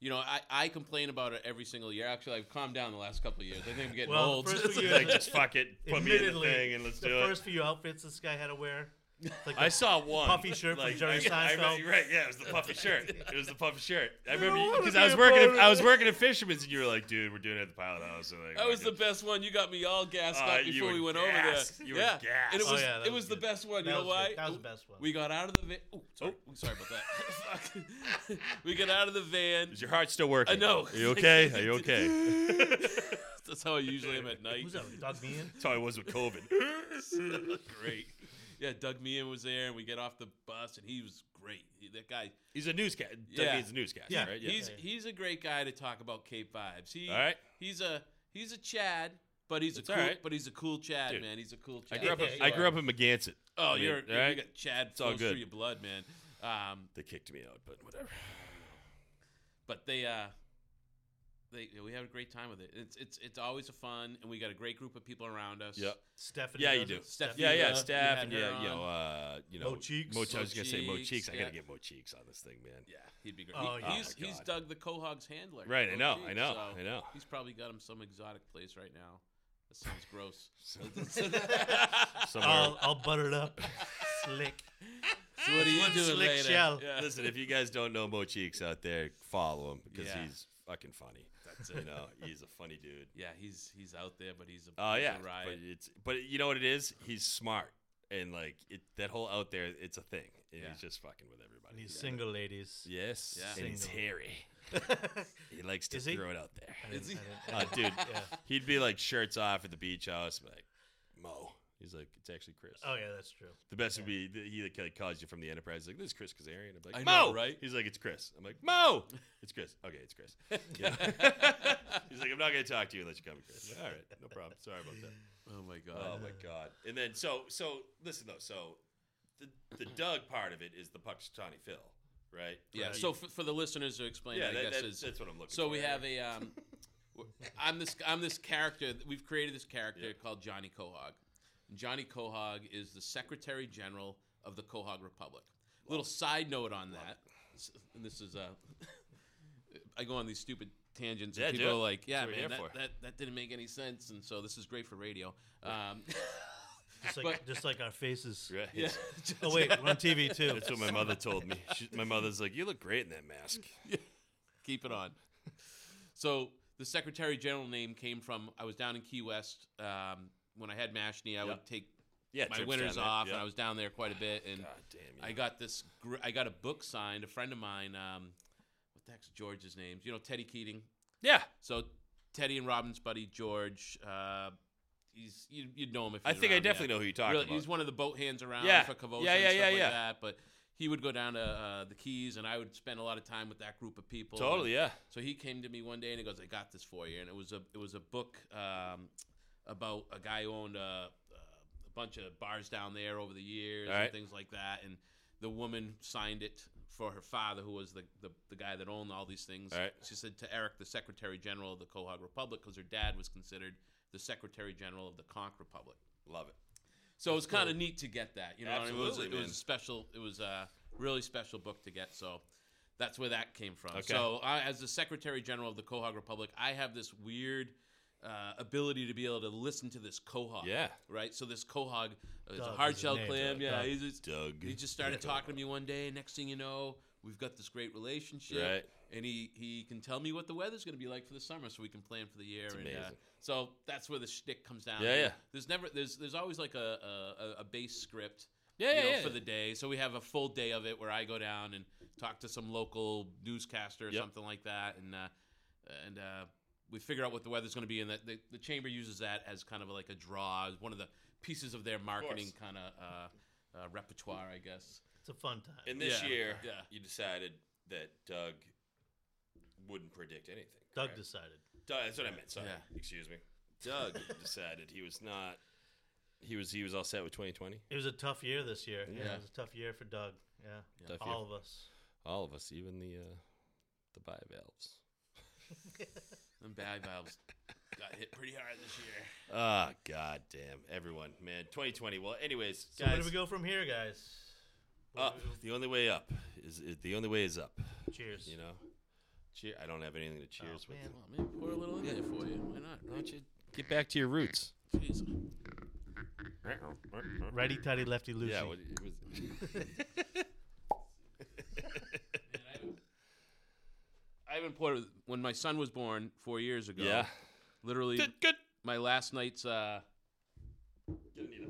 you know, I, I complain about it every single year. Actually, I've calmed down the last couple of years. I think I'm getting Well, old. the first few like years, just fuck it, put me in the admittedly, thing and let's the do it. first few outfits this guy had to wear, it's like I a- saw one puffy shirt from Jerry I- I Seinfeld. remember- right, yeah, it was the puffy shirt. It was the puffy shirt. I don't remember wanna because be I was a working. part At, of I was this. working at Fisherman's, and you were like, "Dude, we're doing it at the pilot house." And I'm like, That "Oh my was the God." best one. You got me all gassed Uh, up you before were we went gassed. over there. You were yeah, and it gassed. was Oh, yeah, that it was was the good. best one. That you know was why? good. That was the best one. We got out of the van. Oh, sorry. sorry about that. Fuck. we got out of the van. Uh, Is your heart still working? I know. Are you okay? Are you okay? That's how I usually am at night. Who's that? Doug Meehan. That's how I was with COVID. great. Yeah, Doug Meehan was there, and we get off the bus, and he was great. He- that guy, He's a newscast. Yeah. Yeah. He's a newscast. Yeah. Right? he's yeah. he's a great guy to talk about Cape vibes. He, All right. He's a he's a Chad, but he's It's a all cool, right. but he's a cool Chad, Dude, man. He's a cool I Chad. grew up. Yeah, in- yeah, I yeah. grew up in Magansett. Oh, I mean, you're all right? you got Chad all flows through good. your blood, man. Um, They kicked me out, but whatever. but they uh they we had a great time with it. It's it's it's always a fun and we got a great group of people around us. Yep. Stephanie. Yeah, you does do. it. Stephanie Yeah, yeah, uh, staff, we and had her yeah, you know, on. uh, you know, Mo Cheeks. Mo, I was gonna say Mo Cheeks, Cheeks. I gotta yeah. get Mo Cheeks on this thing, man. Yeah, he'd be great. Oh, He- yeah. He's Oh, my he's God. Doug the Cohog's handler. Right, I Oh, know, geez, I know, so I know. He's probably got him some exotic place right now. That sounds gross. So, somewhere. All, all buttered up, slick. so what are you One doing slick later? shell. Yeah. Listen, if you guys don't know Mo Cheeks out there, follow him because Yeah. he's fucking funny. That's You know, he's a funny dude. yeah, he's he's out there, but he's a Oh he's yeah, a but riot. it's but you know what it is? He's smart and like it, that whole out there, it's a thing. And Yeah. He's just fucking with And everybody. these single ladies. Yes, Yeah. and he's Single. hairy. He likes to Is he? throw it out there. I didn't- Is he- I didn't- I Oh, didn't- dude, Yeah. he'd be like shirts off at the beach house, like Mo. He's like, it's actually Chris. Oh yeah, that's true. The best would be th- he like, like calls you from the Enterprise. Like this is Chris Kazarian. I'm like I Mo, know, right? He's like it's Chris. I'm like Mo, it's Chris. Okay, it's Chris. Yeah. He's like I'm not gonna talk to you unless you come, Chris. All right, no problem. Sorry about that. oh my god. Oh my god. And then so so listen though. So the the Doug part of it is the Puxatawny Phil, right? yeah. Right. So for, for the listeners to explain, yeah, that, I that- guess that- is that's what I'm looking. So for we here. have a um, w- I'm this I'm this character. We've created this character Yeah. called Johnny Cohog. Johnny Cohog is the Secretary General of the Cohog Republic. Little side note on that. S- And this is uh, I go on these stupid tangents, and Yeah, do people it. are like, "Yeah, That's what we're man, here that, for." that that didn't make any sense." And so this is great for radio. Um, Just like But- just like our faces. Right. yeah. Oh wait, we're on TV too. That's what my mother told me. She, my mother's like, "You look great in that mask." keep it on. So the Secretary General name came from I was down in Key West um, when I had Mashney. I would take Yeah, my trips winters down there. off, and Yeah. I was down there quite a bit. And God damn I you. got this, gr- I got a book signed. A friend of mine, um, what the heck's George's name? You know Teddy Keating. yeah, So Teddy and Robin's buddy George. Uh, he's you, you'd know him if I he was think I around, yeah. definitely know who you're talking Really, about. he's one of the boat hands around Yeah. for Cavosa Yeah, yeah, and stuff yeah, like yeah. that. But he would go down to uh, the Keys, and I would spend a lot of time with that group of people. and- Totally, yeah. so he came to me one day and he goes, "I got this for you." And it was a it was a book um, about a guy who owned a, a bunch of bars down there over the years All and right. things like that. And the woman signed it for her father, who was the the, the guy that owned all these things. All right. She said to Eric, the Secretary General of the Quahog Republic, because her dad was considered the Secretary General of the Conch Republic. Love it. So it was kind of neat to get that. You know, what I mean? it was Absolutely, it was man. a special. It was a really special book to get. So that's where that came from. Okay. So I, as the Secretary General of the Quahog Republic, I have this weird. Uh, ability to be able to listen to this quahog, Yeah. right. So this quahog uh, is a Doug is hard his shell name, clam, Doug. yeah. Doug. He's, he's- Doug. he just started talking to me one day. and Next thing you know, We've got this great relationship, Right. and he he can tell me what the weather's going to be like for the summer, so we can plan for the year. and, uh, amazing. so that's where the shtick comes down. Yeah, yeah. There's never there's there's always like a a, a- a base script. Yeah, you know, yeah, yeah. For the day, so we have a full day of it where I go down and talk to some local newscaster or Yep. something like that, and uh, and uh, we figure out what the weather's going to be, and that the, the chamber uses that as kind of like a draw, as one of the pieces of their marketing kind of uh, uh, repertoire, I guess. It's a fun time. And this Yeah, year, yeah. you decided that Doug wouldn't predict anything. Doug correct? decided. Doug- that's what I meant. Sorry, Yeah. excuse me. Doug decided he was not. He was he was all set with 2020. It was a tough year this year. Yeah, Yeah. it was a tough year for Doug. Yeah, Tough year. all of us. All of us, even the uh, the bivalves. Them bad valves got hit pretty hard this year. Ah, god damn, everyone, man, 2020. Well, anyways, So guys, Uh, where do we go from here, guys? up. The only way up is, is the only way is up. Cheers. You know, cheer. I don't have anything to cheers with. man. Well, maybe pour a little in there for you. Why not? Why Right? don't you get back to your roots? Jeez. Righty tighty, lefty loosey. Yeah, what, it was. I haven't poured when my son was born four years ago. yeah. literally. good. My last night's uh,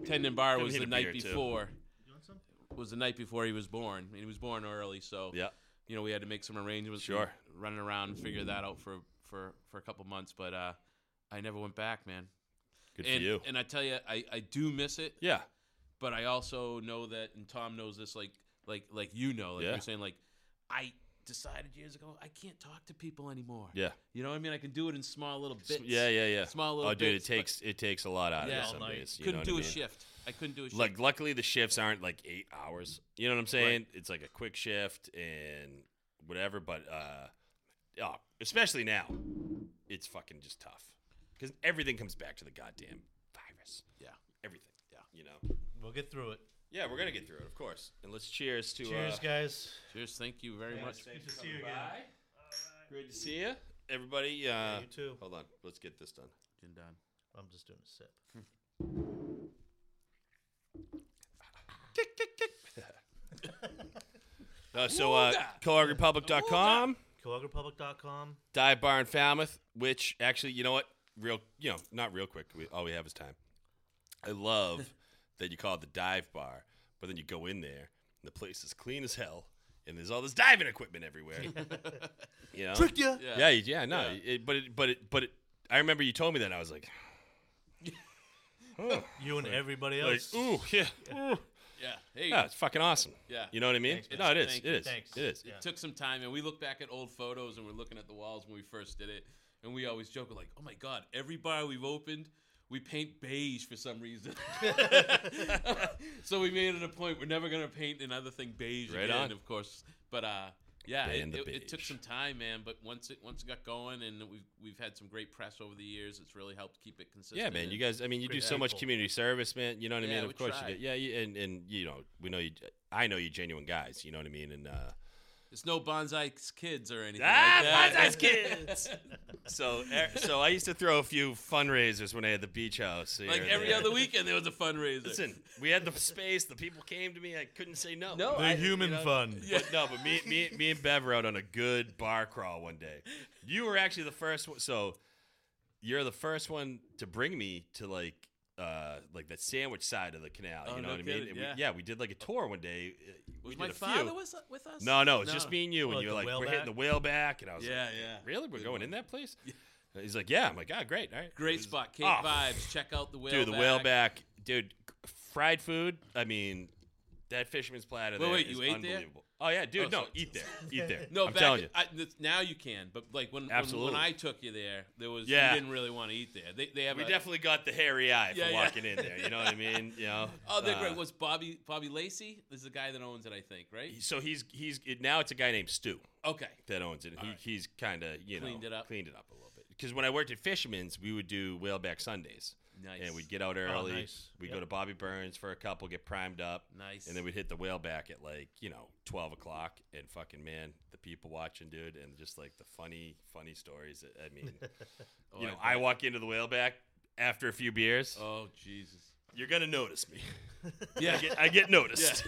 tendon bar Gonna was need the a night beer, too. before. You want some? Was the night before he was born, and he was born early, so Yeah. you know, we had to make some arrangements. Sure. Running around, and figure that out for for for a couple months, but uh, I never went back, man. Good and, for you. And I tell you, I I do miss it, yeah. but I also know that, and Tom knows this, like like like you know, like Yeah. you're saying, like I decided years ago I can't talk to people anymore. Yeah. You know what I mean? I can do it in small little bits. Yeah, yeah, yeah. Small oh, little dude, bits, it but- takes it takes a lot out of Yeah, you all some night. days. You know Couldn't what do I a mean? shift. I couldn't do a shift. Like, luckily the shifts aren't like eight hours. You know what I'm saying? It's like a quick shift and whatever. But uh, oh, especially now, it's fucking just tough because everything comes back to the goddamn virus. yeah. Everything. Yeah. You know. We'll get through it. Yeah, we're gonna get through it, of course. And let's cheers to. Cheers, uh, guys. Cheers. Thank you very much. Good to see you again. Great to see you, everybody. Uh, you too. Hold on, let's get this done. Been done. I'm just doing a sip. Uh, so, uh, coagrepublic.com. CoagRepublic.com. dive bar in Falmouth, which actually, you know what? Real, you know, not real quick. We, all we have is time. I love that you call it the dive bar, but then you go in there and the place is clean as hell, and there's all this diving equipment everywhere. you know, tricked you. Yeah, yeah, you- yeah no, It, but it, but it, but it. I remember you told me that, and I was like, You and everybody like else. ooh, yeah, ooh. Yeah. Hey. yeah, it's fucking awesome. Yeah. you know what I mean? Thanks, man. no, it is, Thank it you. is, Thanks. it is. Yeah. It took some time, and we look back at old photos, and we're looking at the walls when we first did it, and we always joke we're like, "Oh my god, every bar we've opened, we paint beige for some reason." so we made it a point we're never gonna paint another thing beige Right again, on. of course. But uh, yeah, Day it, in the it- it took beige. some time, man. But once it once it got going, and we've we've had some great press over the years, it's really helped keep it consistent. Yeah, man. and- You guys, I mean, you do Great so much people. community service, man. You know what I Yeah, mean? we Of course try. you do. Yeah, you, and and you know, we know you. I know you, genuine guys. You know what I mean? And uh, it's no bonsai's kids or anything. ah, like that. Bonsai's kids. so er, so I used to throw a few fundraisers when I had the beach house. here like and every there. other weekend, there was a fundraiser. Listen, we had the space. The people came to me. I couldn't say no. No, the I- Human you know, Fund. But no, but me, me, me and Bev were out on a good bar crawl one day. You were actually the first one, so you're the first one to bring me to like, uh, like the sandwich side of the canal. Oh, you know no what I mean? kidding, And we- yeah. yeah, we did like a tour one day. Uh, we Was did my a father few. was with us? no, no, it's just me and you. and Well, like you're the like, whale we're hitting the back? whale back, and I was Yeah, like, yeah. really? We're Good going one. in that place? And He's like, yeah. I'm like, ah, great, all right. It Great was- spot, Cape Oh, Vibes. Check out the whale. Dude, the whale back, dude, fried food. I mean, that fisherman's platter. Wait, there wait, is you ate there? unbelievable. Oh yeah, dude. Oh, no, so- eat there, eat there. No, I'm back telling you. I, th- now you can, but like when when- when, Absolutely. I took you there, there was Yeah. you didn't really want to eat there. They they have We a, definitely got the hairy eye Yeah, for yeah. walking in there. You know what I mean? You know. oh they're Uh, great. Was Bobby Bobby Lacey? This is the guy that owns it, I think, right? So he's he's it, now it's a guy named Stu Okay, that owns it. and He, He's kind of you Cleaned know it up. cleaned it up a little bit. Because when I worked at Fisherman's, we would do whaleback Sundays, nice. Oh, and we'd get out early. nice. We'd Yep. go to Bobby Burns for a couple, get primed up, nice, and then we'd hit the whaleback at like you know twelve o'clock. And fucking man, the people watching, dude, and just like the funny funny stories. I- I mean, oh, you know, I, bet. walk into the whaleback after a few beers. oh Jesus, You're gonna notice me. yeah, I get noticed.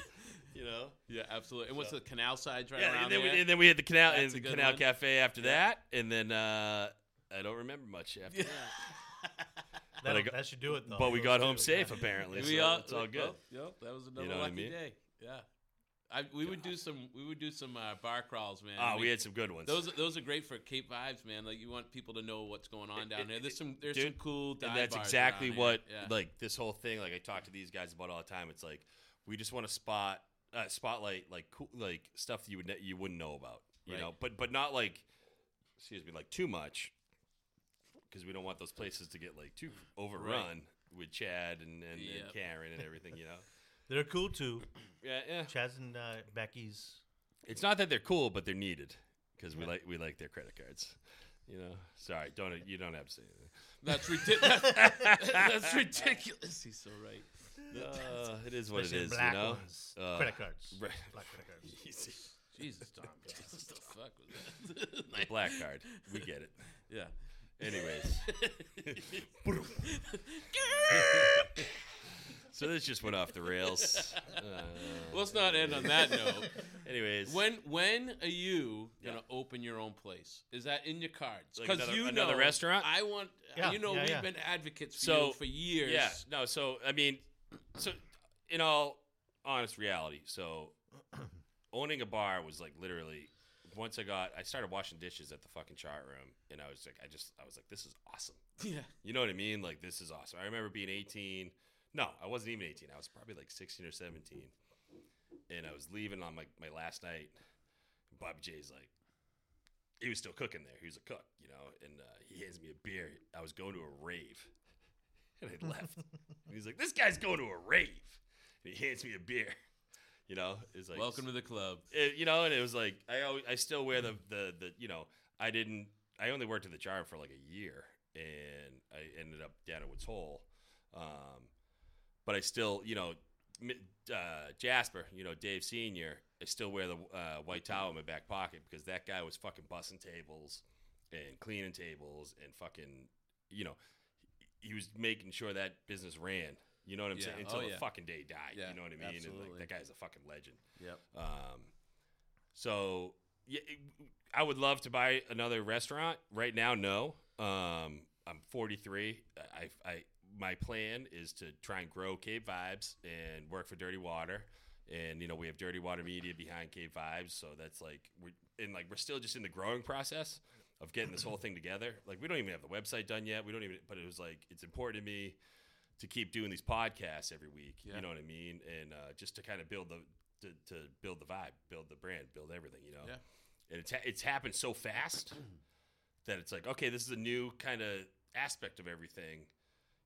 Yeah. you know. Yeah, absolutely. And what's So- the canal side right Yeah, around and then, we, there? and then we had the canal and That's a the good canal one. cafe after that, and then uh, I don't remember much after. Yeah. But I That, got- that should do it though. But we Oh, got home Those two, safe yeah. apparently, we so all, it's all good. Well, yep, that was another know what I lucky mean? day. Yeah, I, we would do some we would do some uh, bar crawls, man. Ah, I we mean, had some good ones. those those are great for Cape vibes, man. Like you want people to know what's going on down there. There's some there's some dude, cool dive and that's bars exactly around what here. Yeah. like this whole thing. Like I talk to these guys about all the time. It's like we just want to spot uh, spotlight like cool like stuff that you would ne- you wouldn't know about, you Right. know, but but not like excuse me like too much because we don't want those places to get like too overrun with Chad and and, Yep. and Karen and everything, you know. They're cool too. yeah, yeah. Chaz and uh, Becky's. It's not that they're cool, but they're needed because we like we like their credit cards. You know, sorry, don't you don't have to say anything. that's ridiculous. that's, that's ridiculous. He's so right. Uh, it is what it especially is, you black know. ones. Uh, credit cards. right. Black credit cards. Easy. Jesus, Tom. Jesus, the fuck was that? The black card. We get it. Yeah. Anyways, so this just went off the rails. Uh, Let's not end on that note. anyways, When when are you gonna Yeah. open your own place? Is that in your cards? Like Because another- you another know, restaurant? I want. Yeah, you know, yeah, we've yeah. been advocates for So, you for years. yeah, no. So I mean, so in all honest reality, so owning a bar was like literally once I got I started washing dishes at the fucking chart room, and I was like, I just I was like, this is awesome. yeah, You know what I mean? Like this is awesome. I remember being 18. No, I wasn't even 18. I was probably like 16 or 17. And I was leaving on my, my last night. Bobby J's like, he was still cooking there. He was a cook, you know. And uh, he hands me a beer. I was going to a rave, and I left. and he's like, "This guy's going to a rave," and he hands me a beer. You know, it's like Welcome to the club. it, you know, and it was like I always, I still wear the, the the you know I didn't I only worked at the jar for like a year and I ended up down at Woods Hole, um, but I still you know mi- uh, Jasper you know Dave Senior I still wear the uh, white towel in my back pocket because that guy was fucking bussing tables and cleaning tables and fucking you know he- he was making sure that business ran. You know what I'm Yeah. saying? Until Oh, the yeah. fucking day he died. Yeah, you know what I mean? And absolutely. like, that guy's a fucking legend. Yep. Um, so yeah, it- I would love to buy another restaurant right now. No, um, I'm 43. I, I, I my plan is to try and grow Cave Vibes and work for Dirty Water. And you know we have Dirty Water Media behind Cave Vibes, so that's like we're and like we're still just in the growing process of getting this whole thing together. Like we don't even have the website done yet. We don't even, but it was like it's important to me to keep doing these podcasts every week. Yeah. You know what I mean? And uh, just to kind of build the to, to build the vibe, build the brand, build everything. You know. Yeah. And it's ha- it's happened so fast that it's like okay, this is a new kind of aspect of everything.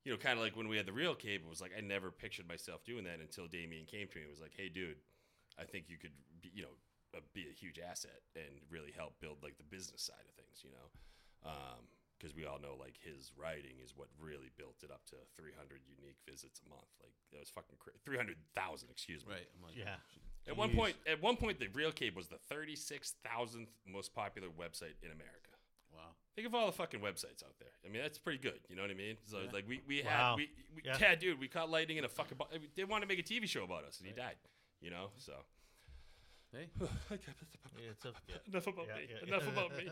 You know, kind of like when we had the real cave, it was like I never pictured myself doing that until Damien came to me and was like, "Hey, dude, I think you could, be, you know, uh, be a huge asset and really help build like the business side of things, you know, because we all know like his writing is what really built it up to 300 unique visits a month. Like that was fucking cra- 300,000, excuse me. Right. I'm like, Yeah. At one Jeez. point, at one point, the Real Cave was the 36,000th most popular website in America. Wow. Think of all the fucking websites out there. I mean, that's pretty good. You know what I mean? So Yeah. like we we had Wow. we, we yeah. Yeah. dude, we caught lightning in a fucking. Bo- I mean, they wanted to make a TV show about us, and he died. You know, so Hey. Yeah, it's a, yeah. enough about Yeah, me. yeah, enough about me.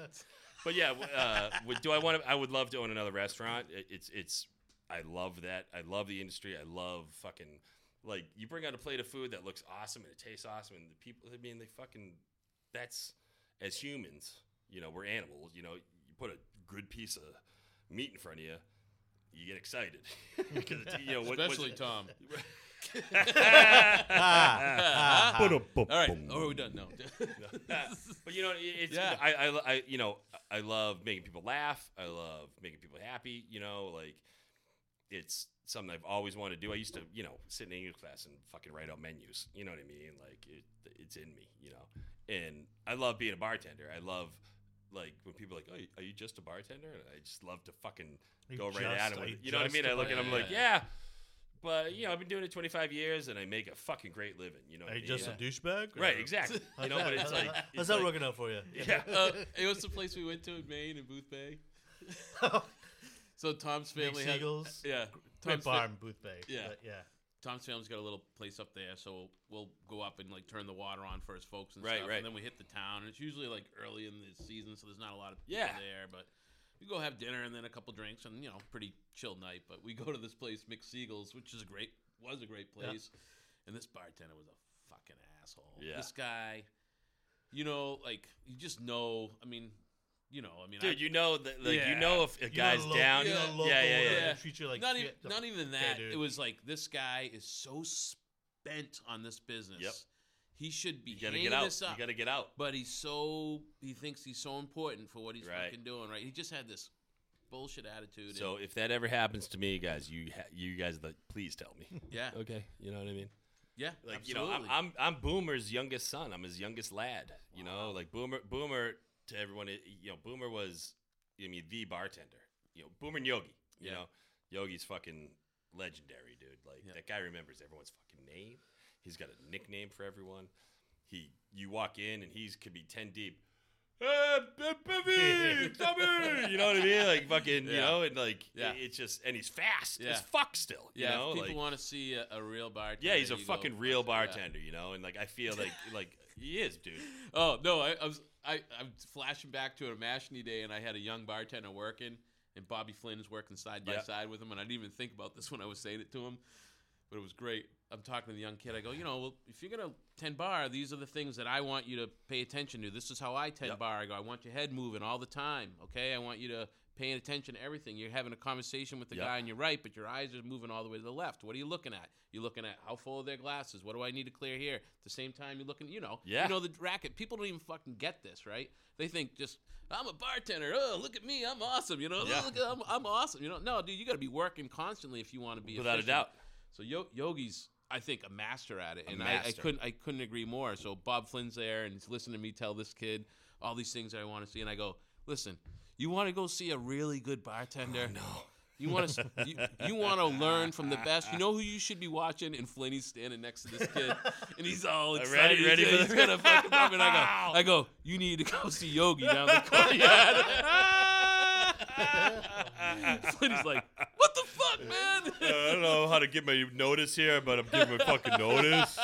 But yeah, w- uh, would- do I want to? I would love to own another restaurant. It, it's it's. I love that. I love the industry. I love fucking like you bring out a plate of food that looks awesome and it tastes awesome and the people. I mean, they fucking. That's as humans, you know, we're animals. You know, you put a good piece of meat in front of you, you get excited because you know what, Especially what's, Tom. Ah, ah, ah. All right. Oh, are we done? No. but you know, it- it's Yeah. I, I, I, you know, I love making people laugh. I love making people happy. You know, like it's something I've always wanted to do. I used to, you know, sit in English class and fucking write out menus. You know what I mean? Like it, it's in me. You know, and I love being a bartender. I love like when people are like, "Oh, are you just a bartender?" And I just love to fucking You go right just- at it. are With you it. You know what I just mean? I a look at them like, bartender? yeah. But you know, I've been doing it 25 years, and I make a fucking great living. You know, what I Are you mean? just Yeah. a douchebag? or- Right, exactly. You How's know, but that- it's like how's it's that like- working out for you? Yeah. uh, it was the place we went to in Maine in Booth Bay. So Tom's Big family had. Seagulls. Yeah. Great Tom's fa- bar in Booth Bay. Yeah. but yeah. Tom's family's got a little place up there, so we'll go up and like turn the water on for his folks and Right, stuff. right. And then we hit the town, and it's usually like early in the season, so there's not a lot of people Yeah. there. But we go have dinner and then a couple drinks, and you know, pretty chill night. But we go to this place, McSeagle's, which is a great was a great place, and this bartender was a fucking asshole. Yeah. This guy, you know, like you just know. I mean, you know, I mean, I, Dude, you know that like you Yeah. know if a You guy's know, lo- down. you know, Yeah, local, yeah, yeah, uh, yeah. they yeah. Treat you like not shit. even The not f- even yeah, that. dude. it was like this guy is so spent on this business. Yep. He should be You gotta hanging get out. this You up. gotta get out. but he's so he thinks he's so important for what he's Right. fucking doing. Right. He just had this bullshit attitude. So if that ever happens to me, guys, you ha- you guys, like, please tell me. and, yeah, okay, you know what I mean. yeah, Like absolutely. you know, I'm, I'm I'm Boomer's youngest son. I'm his youngest lad. You know, like Boomer Boomer to everyone. i- You know, Boomer was I mean the bartender. You know, Boomer and Yogi. You Yeah. know, Yogi's fucking legendary, dude. Like Yeah. that guy remembers everyone's fucking name. He's got a nickname for everyone. He you walk in and he's could be ten deep. Hey, Be- Bevy, Tommy! You know what I mean? Like fucking, you Yeah. know, and like Yeah. it- it's just, and he's fast Yeah. as fuck still. You yeah, know, if people like, want to see a, a real bartender. yeah, he's a you go- fucking real yeah. bartender, you know, and like I feel like like he is, dude. Oh no, I, I was I, I'm flashing back to a Mashney day, and I had a young bartender working, and Bobby Flynn is working side by Yeah. side with him, and I didn't even think about this when I was saying it to him, but it was great. I'm talking to the young kid. I go, you know, well, if you're gonna ten bar, these are the things that I want you to pay attention to. This is how I ten Yep. bar. I go, I want your head moving all the time. Okay, I want you to paying attention to everything. You're having a conversation with the Yep. guy on your right, but your eyes are moving all the way to the left. What are you looking at? You're looking at how full are their glasses? What do I need to clear here? At the same time, you're looking, you know, Yeah. you know the racket. People don't even fucking get this, right? They think just I'm a bartender. Oh, look at me, I'm awesome. You know, Yeah. look, I'm, I'm awesome. You know, no, dude, you got to be working constantly if you want to be Without a efficient. doubt. So Yo- Yogi's, I think, a master at it, and I, I master. couldn't, I couldn't agree more. So Bob Flynn's there, and he's listening to me tell this kid all these things that I want to see, and I go, listen, you want to go see a really good Oh, bartender? no. You want to you, you want to learn from the best. You know who you should be watching, and Flinny's standing next to this kid, and he's all Ready- excited. He's- ready for he's the- gonna fucking pop it. I go, I go. You need to go see Yogi down the courtyard. Flinny's like, what the fuck, man? I don't know how to get my notice here, but I'm giving my fucking notice.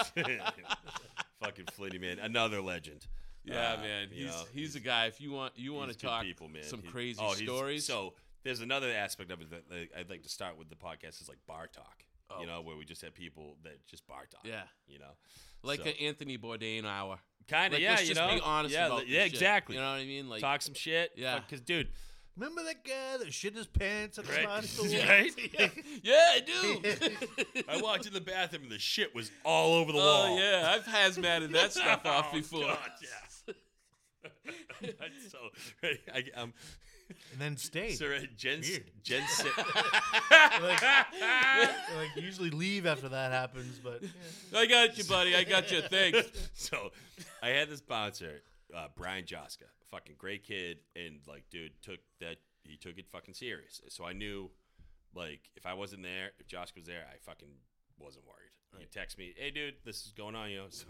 fucking Flitty man, another legend. Yeah, Uh, man, you he's know, he's a guy. If you want you want to He's good talk people, man. some He- crazy oh, he's- stories, So there's another aspect of it that like, I'd like to start with the podcast is like bar talk. Oh. You know, where we just have people that just bar talk. Yeah. You know, like so- an Anthony Bourdain hour. kind of. Like, yeah. let's you just know. be honest yeah. about li- this yeah. shit. Exactly. You know what I mean? Like Talk some shit. Yeah. Because dude. Remember that guy that shit his pants at the Right. side store? right? yeah, I do. I walked in the bathroom and the shit was all over the wall. oh yeah, I've hazmated that stuff off Oh, before. God, yeah. That's so I, um, uh, I'm And then stayed. sorry, Jen. Weird. Jen. Like, like usually leave after that happens, but I got you, buddy. I got you. Thanks. so I had this bouncer, uh, Brian Joska, fucking great kid, and like, dude, took that he took it fucking serious. So I knew, like, if I wasn't there, if Joska was there, I fucking wasn't worried. He text me, hey, dude, this is going on, you know. So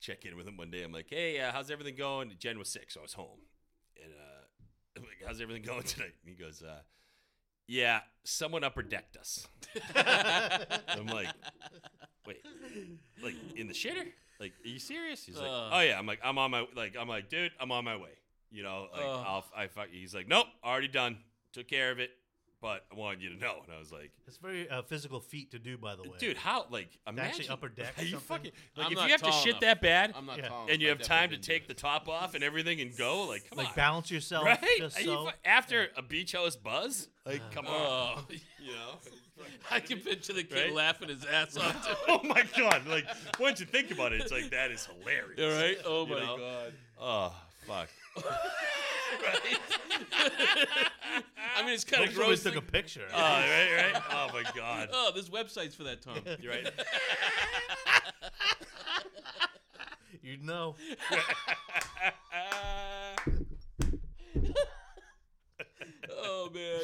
check in with him one day. I'm like, hey, uh, how's everything going? Jen was sick, so I was home, and uh, I'm like, how's everything going tonight? And he goes, uh, yeah, someone upper decked us. I'm like, wait, like in the shitter? Like, are you serious? He's like, Ugh. oh yeah. I'm like, I'm on my like, I'm like, dude, I'm on my way. You know, like, Ugh. I'll, I fuck. He's like, nope, already done, took care of it. But I wanted you to know, and I was like, it's a very uh, physical feat to do, by the way. dude, how like imagine actually upper deck Are you something? fucking like I'm if not you have to tall shit enough. that bad I'm not Yeah. calling. and you have time to take the top off and everything and go, like, come like on, balance yourself right? just Are you so. fu- after a beach house buzz, like, come on. Oh, you know, I can picture the kid Right? laughing his ass off. too. oh my god! Like once you think about it, it's like that is hilarious. All right. Oh You my know? god. Oh fuck! I mean, it's kind of Hopefully we gross. took a to- picture. Oh right, right. Oh my god! oh, there's websites for that, Tom. You're right. You'd know. oh man.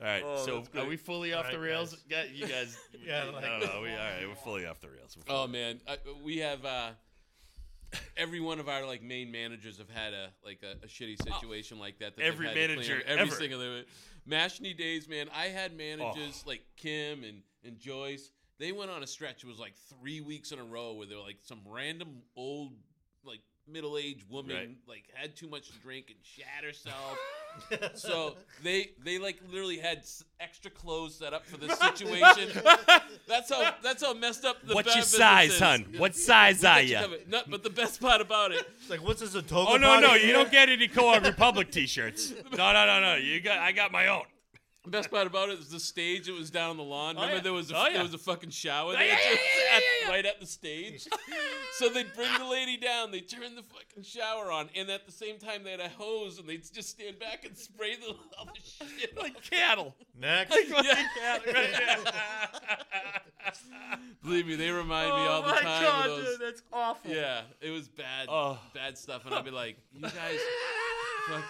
All right. Oh, so that's are great. we fully off All the right, rails? guys. Yeah, you guys. Yeah, like- I don't know. We, all right, we're fully off the rails. We're Oh fully- man, I, we have uh, every one of our like main managers have had a like a, a shitty situation like that. that they've Oh, Every had to clean manager up. every ever. Oh. single day. Mashney days, man. I had managers like Kim and and Joyce They went on a stretch. It was like three weeks in a row where they were like some random old, like middle aged woman, Right. like had too much to drink and shat herself. so they they like literally had s- extra clothes set up for this situation. that's how that's how messed up the What's bad your business size, is. hun? We What size are got you you? covered. No, but the best part about it It's like, what's this, a toga Oh no, no, party? you don't get any Co-op Republic T-shirts. No, no, no, no. You got, I got my own. The best part about it is the stage that was down on the lawn. Remember yeah. there was a, Oh, yeah. there was a fucking shower yeah, there yeah, just yeah, at- yeah, yeah. right at the stage. so they'd bring the lady down, they turn the fucking shower on, and at the same time they had a hose and they'd just stand back and spray the all the shit. Like, Like cattle. Next. yeah. yeah. Believe me, they remind Oh me all the time. of those. that's awful. Yeah, it was bad, Oh. bad stuff, and I'd be like, you guys. fuck.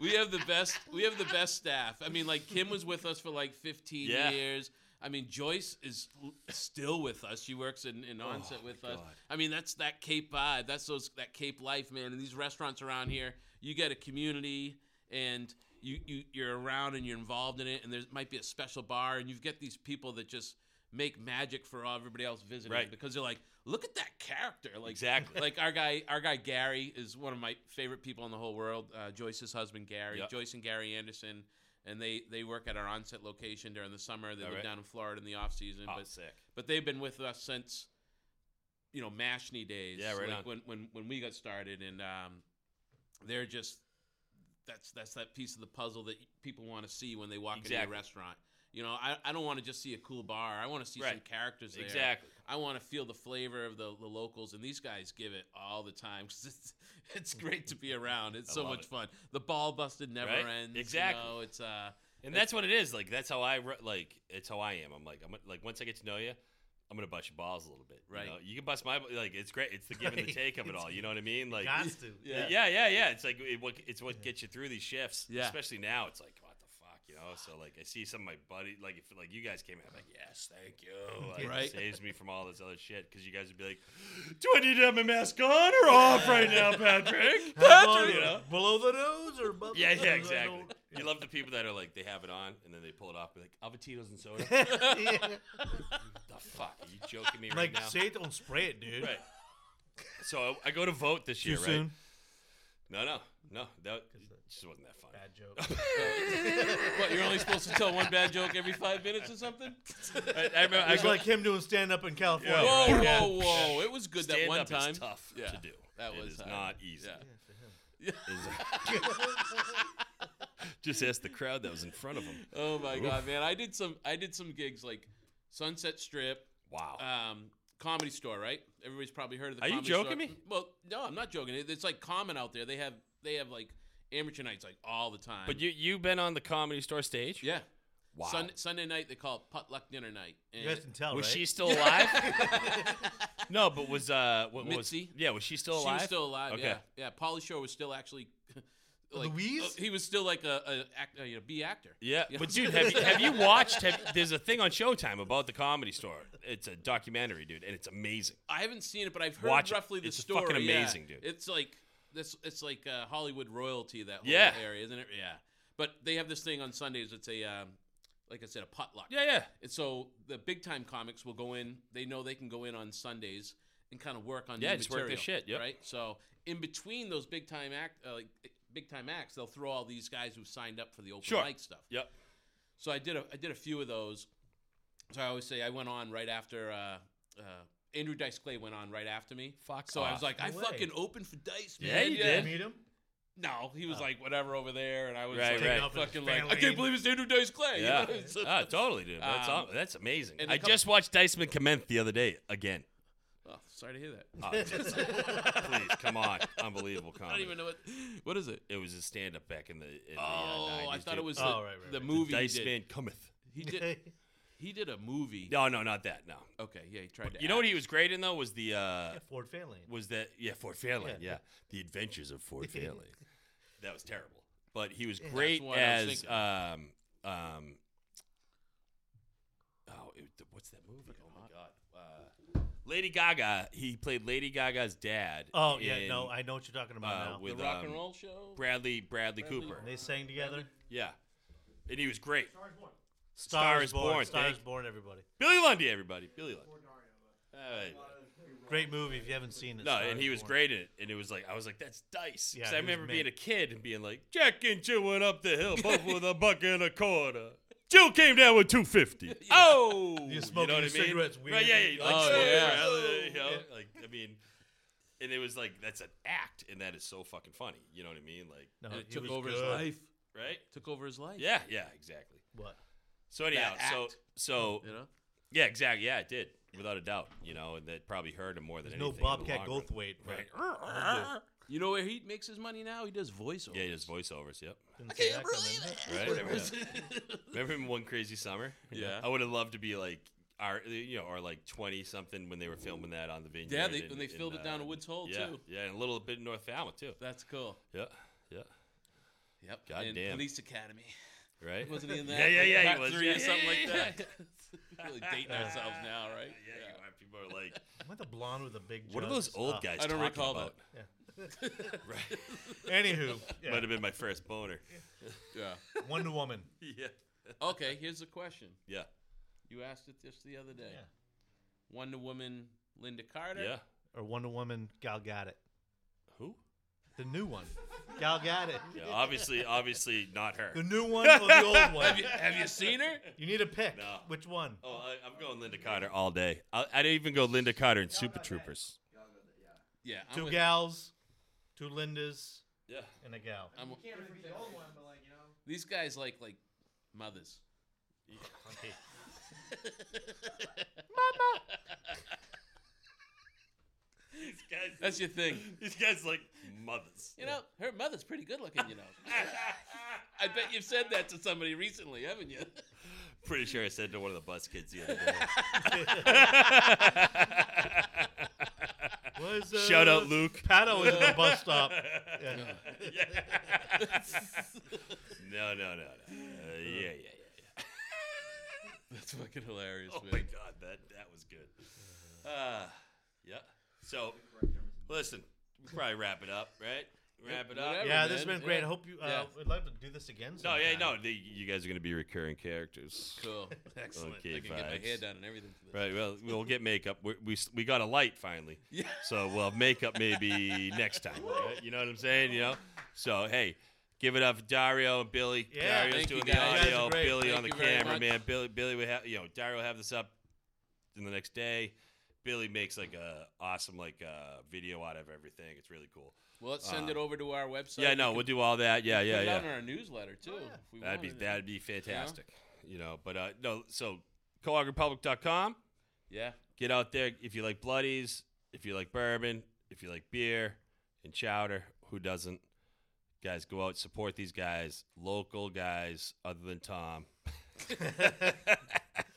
We have the best. We have the best staff. I mean, like Kim was with us for like 15 Yeah. years. I mean, Joyce is l- still with us. She works in, in onset with us. Oh, God. I mean, that's that Cape vibe. That's those that Cape life, man. And these restaurants around here, you get a community, and you, you you're around and you're involved in it. And there might be a special bar, and you've got these people that just make magic for everybody else visiting Right. because they're like, look at that character, like Exactly. like our guy, our guy Gary is one of my favorite people in the whole world. Uh, Joyce's husband Gary, Yep. Joyce and Gary Anderson, and they they work at our onset location during the summer. They All live right. down in Florida in the off season, Oh, but sick. but they've been with us since you know Mashney days. Yeah, right Like on. when when when we got started, and um, they're just that's that's that piece of the puzzle that people want to see when they walk into Exactly. a restaurant. You know, I, I don't want to just see a cool bar. I want to see some Right. characters there. Exactly. I want to feel the flavor of the, the locals, and these guys give it all the time 'cause it's, it's great to be around. It's I so love much it. fun. The ball busted never Right? ends. Exactly. You know, it's uh, And that's what it is. Like that's how I re- like. It's how I am. I'm like I'm gonna- like once I get to know you, I'm gonna bust your balls a little bit. Right. You, know? you can bust my like. It's great. It's the give and the Right. take of it all. You know what I mean? Like Gots to. Yeah. yeah, yeah, yeah. It's like it, what it's what gets you through these shifts. Yeah. Especially now, it's like what the fuck, you know. So like I see some of my buddy like if like you guys came in, I'm like yes, thank you. Like, Right. It saves me from all this other shit because you guys would be like, do I need to have my mask on or off right now, Patrick? Below, you know. below the nose or above Yeah, the yeah, nose? I exactly. don't- You love the people that are like they have it on and then they pull it off, and be like Albertinos and soda. the fuck? Are you joking me right Like, now? say it, don't spray it, dude. Right. So I, I go to vote this year, right? No, no, no. That it just wasn't that fun. Bad joke. what you're only supposed to tell one bad joke every five minutes or something. I, I remember, I It's go, like him doing stand up in California. Yeah. Whoa, right? Yeah. whoa, whoa! It was good that Stand one up time. Is tough Yeah. to do. That was it is hard. not easy. Yeah. It's- Just ask the crowd that was in front of him. Oh my god, man! I did some I did some gigs like Sunset Strip, Wow. um, Comedy Store, right? Everybody's probably heard of the. Are you Comedy joking Store. Mm, me? Well, no, I'm not joking. It- It's like common out there. They have they have like amateur nights like all the time. but you you've been on the comedy store stage. yeah. Wow. Sun, Sunday night they call it potluck dinner night. And You guys can tell, was right? she still alive? no, but was uh what Mitzi? was yeah was she still she alive? was still alive. Okay. Yeah, yeah. Pauly Shore was still actually. Like, Louise? He was still like a, a, act, uh, you know, B actor. yeah, Yeah. but dude, have you, have you watched? Have, there's a thing on Showtime about the Comedy Store. It's a documentary, dude, and it's amazing. I haven't seen it, but I've heard Watch it. roughly the It's story. fucking yeah. amazing, dude. It's like this. It's like uh, Hollywood royalty that whole Yeah. area, isn't it? Yeah. But they have this thing on Sundays. It's a, um, like I said, a potluck. Yeah, yeah, And so the big time comics will go in. They know they can go in on Sundays and kind of work on Yeah, new just work material, their shit, yep. Right. So in between those big time act, uh, like big time acts, they'll throw all these guys who signed up for the open Sure. mic stuff. yep. So I did a I did a few of those. So I always say I went on right after uh, uh, Andrew Dice Clay went on right after me. Fuck So I was off. like, I No way. fucking opened for Dice, man. Yeah, you Did Yeah. you meet him? No, he was like whatever over there, and I was Right, like, right. fucking Taking like, off I his can't family. believe it's Andrew Dice Clay. you Yeah, know? So- ah, totally, dude. That's Um, aw- that's amazing. and a I couple- just watched Diceman Comment the other day again. Oh, sorry to hear that. Oh, just- please come on, unbelievable I don't comedy. even know what. What is it? It was a stand up back in the. In Oh, the, uh, I 90s, thought dude. it was the, Oh, right, right, the right. movie he Dice did. Man Cometh. He did. He did a movie. No, no, not that. No. Okay, yeah, he tried to. You know what he was great in though was the uh, Yeah, Ford family. was that yeah Fort Fairlane yeah. Yeah. the Adventures of Fort Fairlane. that was terrible, but he was great what I was as um um. Oh, it, the- what's that movie? Oh my god, uh, Lady Gaga. He played Lady Gaga's dad. Oh, yeah, in, no, I know what you're talking about uh, now. with the rock um, and roll show. Bradley Bradley Cooper. they sang together. Yeah, and he was great. Star is Born, Star thank- is born. Everybody. Billy Lundy, everybody. Billy Lundy. All right. Great movie if you haven't seen it. No, Star and is he was Born. great in it, and it was like I was like, "That's dice." Yeah, Because he I was remember being mint. a kid and being like, "Jack and Jill went up the hill, both with a buck and a quarter. Jill came down with two fifty. Oh, You're smoking know what your I mean? cigarettes Right? Yeah, weirdly. yeah. Like, Oh, so- yeah. you Oh, know, like I mean, and it was like that's an act, and that is so fucking funny. You know what I mean? Like, No, And it he uh, took was over his good. life. right? Took over his life. Yeah, yeah, exactly. What? So anyhow, That so act. so You know. yeah, exactly. Yeah, it did without a doubt. You know, and that probably hurt him more than There's no anything. in Bobcat the long run. Goldthwait. but Right. You know where he makes his money now? He does voiceovers. Yeah, he does voiceovers. Yep. didn't see that coming. Right. Remember him in one crazy summer? Yeah. I would have loved to be like our, you know, or like twenty something when they were filming that on the vineyard. Yeah, they, in- and they in, filled it down uh, to Woods Hole yeah, too. Yeah, and a little bit in North Falmouth too. That's cool. Yeah, yeah. Yep. God and damn. Police Academy. Right. Wasn't he in that? Yeah, yeah, Like, yeah, he part was. Three Yeah, or something yeah, yeah, like that. really dating ourselves now, right? Yeah, you are. People are like, Am I the blonde with the big? what are jugs? those old Uh, guys? I don't talking recall about? right. Anywho, yeah, Might have been my first boner. Yeah. Wonder Woman. yeah. Okay, here's the question. Yeah. You asked it just the other day. Yeah. Wonder Woman Linda Carter. Yeah. Or Wonder Woman Gal Gadot. Who? The new one. Gal Gadot. Yeah, obviously, obviously not her. The new one or the old one? Have you, have you seen her? You need a pick. No. Which one? Oh, I, I'm going Linda Carter all day. I, I didn't even go Linda Carter and Super Troopers. Yeah. I'm Two with- gals, two Lindas, Yeah. and a gal. I'm- can't remember the old one, but like you know. These guys like like mothers. These guys, That's your thing. these guys like mothers. You know, her mother's pretty good looking, you know. I bet you've said that to somebody recently, haven't you? Pretty sure I said to one of the bus kids the other day. Was, Shout out Luke. Pato was at the bus stop. Yeah. No, no, no, no. Uh, yeah, yeah, yeah. That's fucking hilarious, Oh man. my God, that that was good. Uh, yeah. So, listen, we probably wrap it up, right? Wrap it up. whatever. Yeah, man. this has been great. Yeah. I hope you. Uh, Yeah. I'd like to do this again. No, Sometime. yeah, no. The, you guys are gonna be recurring characters. Cool. Excellent. Okay, I can get vibes. my hair done and everything for this. Right. Well, we'll get makeup. we we s- we got a light finally. Yeah. So we'll have makeup maybe next time. right? You know what I'm saying? You know. So hey, give it up for Dario and Billy. Yeah. Dario's Thank you, doing the guys. You guys are audio. great. Billy Thank on the you very camera, much. man. Billy Billy would have you know Dario will have this up in the next day. Billy makes like a awesome like uh, video out of everything. It's really cool. Well, let's send it over to our website. Uh, yeah. We No, can we'll do all that. Yeah. Yeah. put it Yeah. out on our newsletter too. Oh, yeah. if we That'd be wanted it. that'd be fantastic. You know. But uh, no. So coagrepublic.com. Yeah. get out there if you like bloodies, if you like bourbon, if you like beer and chowder, who doesn't? Guys, go out, support these guys, local guys other than Tom.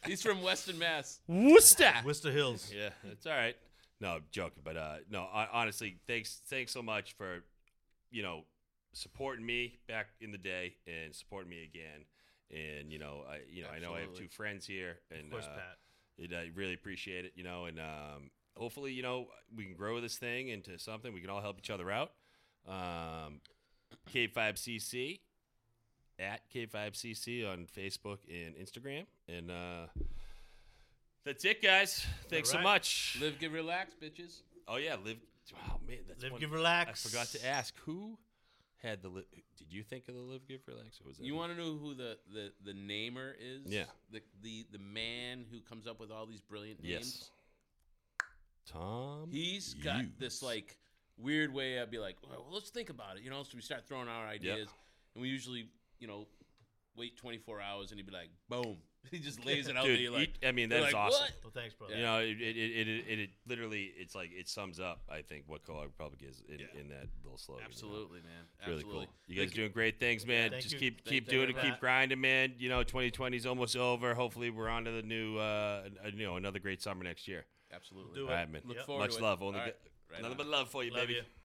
He's from Western Mass. Worcester. Worcester Hills. Yeah, it's all right. No, I'm joking, but uh, no, I, honestly, thanks, thanks so much for, you know, supporting me back in the day and supporting me again. And you know, I you know I know I have Absolutely. two friends here, and Of course, uh, Pat. it, I really appreciate it, you know, and um, hopefully, you know, we can grow this thing into something. We can all help each other out. Um, K5CC at K5CC on Facebook and Instagram. And uh, that's it, guys. Thanks so right. much. Live, give, relax, bitches. oh, yeah, live. Wow, man, that's Live, one- give, I relax. forgot to ask who had the live. Did you think of the live, give, relax? Or was that You want to know who the, the, the namer is? Yeah. The, the the man who comes up with all these brilliant names. Yes. Tom? He's got Hughes. this like weird way. I'd be like, well, let's think about it. You know, so we start throwing out ideas, and we usually, you know, wait 24 hours, and he'd be like, boom. He just lays it out. Dude, there, you're like, eat- I mean, you're that's like, awesome. "What?" Well, thanks, brother. You know, it it, it, it, it, it literally, it's like, it sums up, I think, what Collab Republic is in, in that little slogan. you know? Absolutely, man. It's really Absolutely. cool. You guys doing great things, man. Thank Just you. keep Thank keep you, doing it, Brad. keep grinding, man. You know, 2020 is almost over. Hopefully, we're on to the new, uh, an- uh, you know, another great summer next year. Absolutely. Do All it. right, man. Look Yep. forward Much to it. love. Only All good- right. Right nothing on. but love for you, Love baby. you.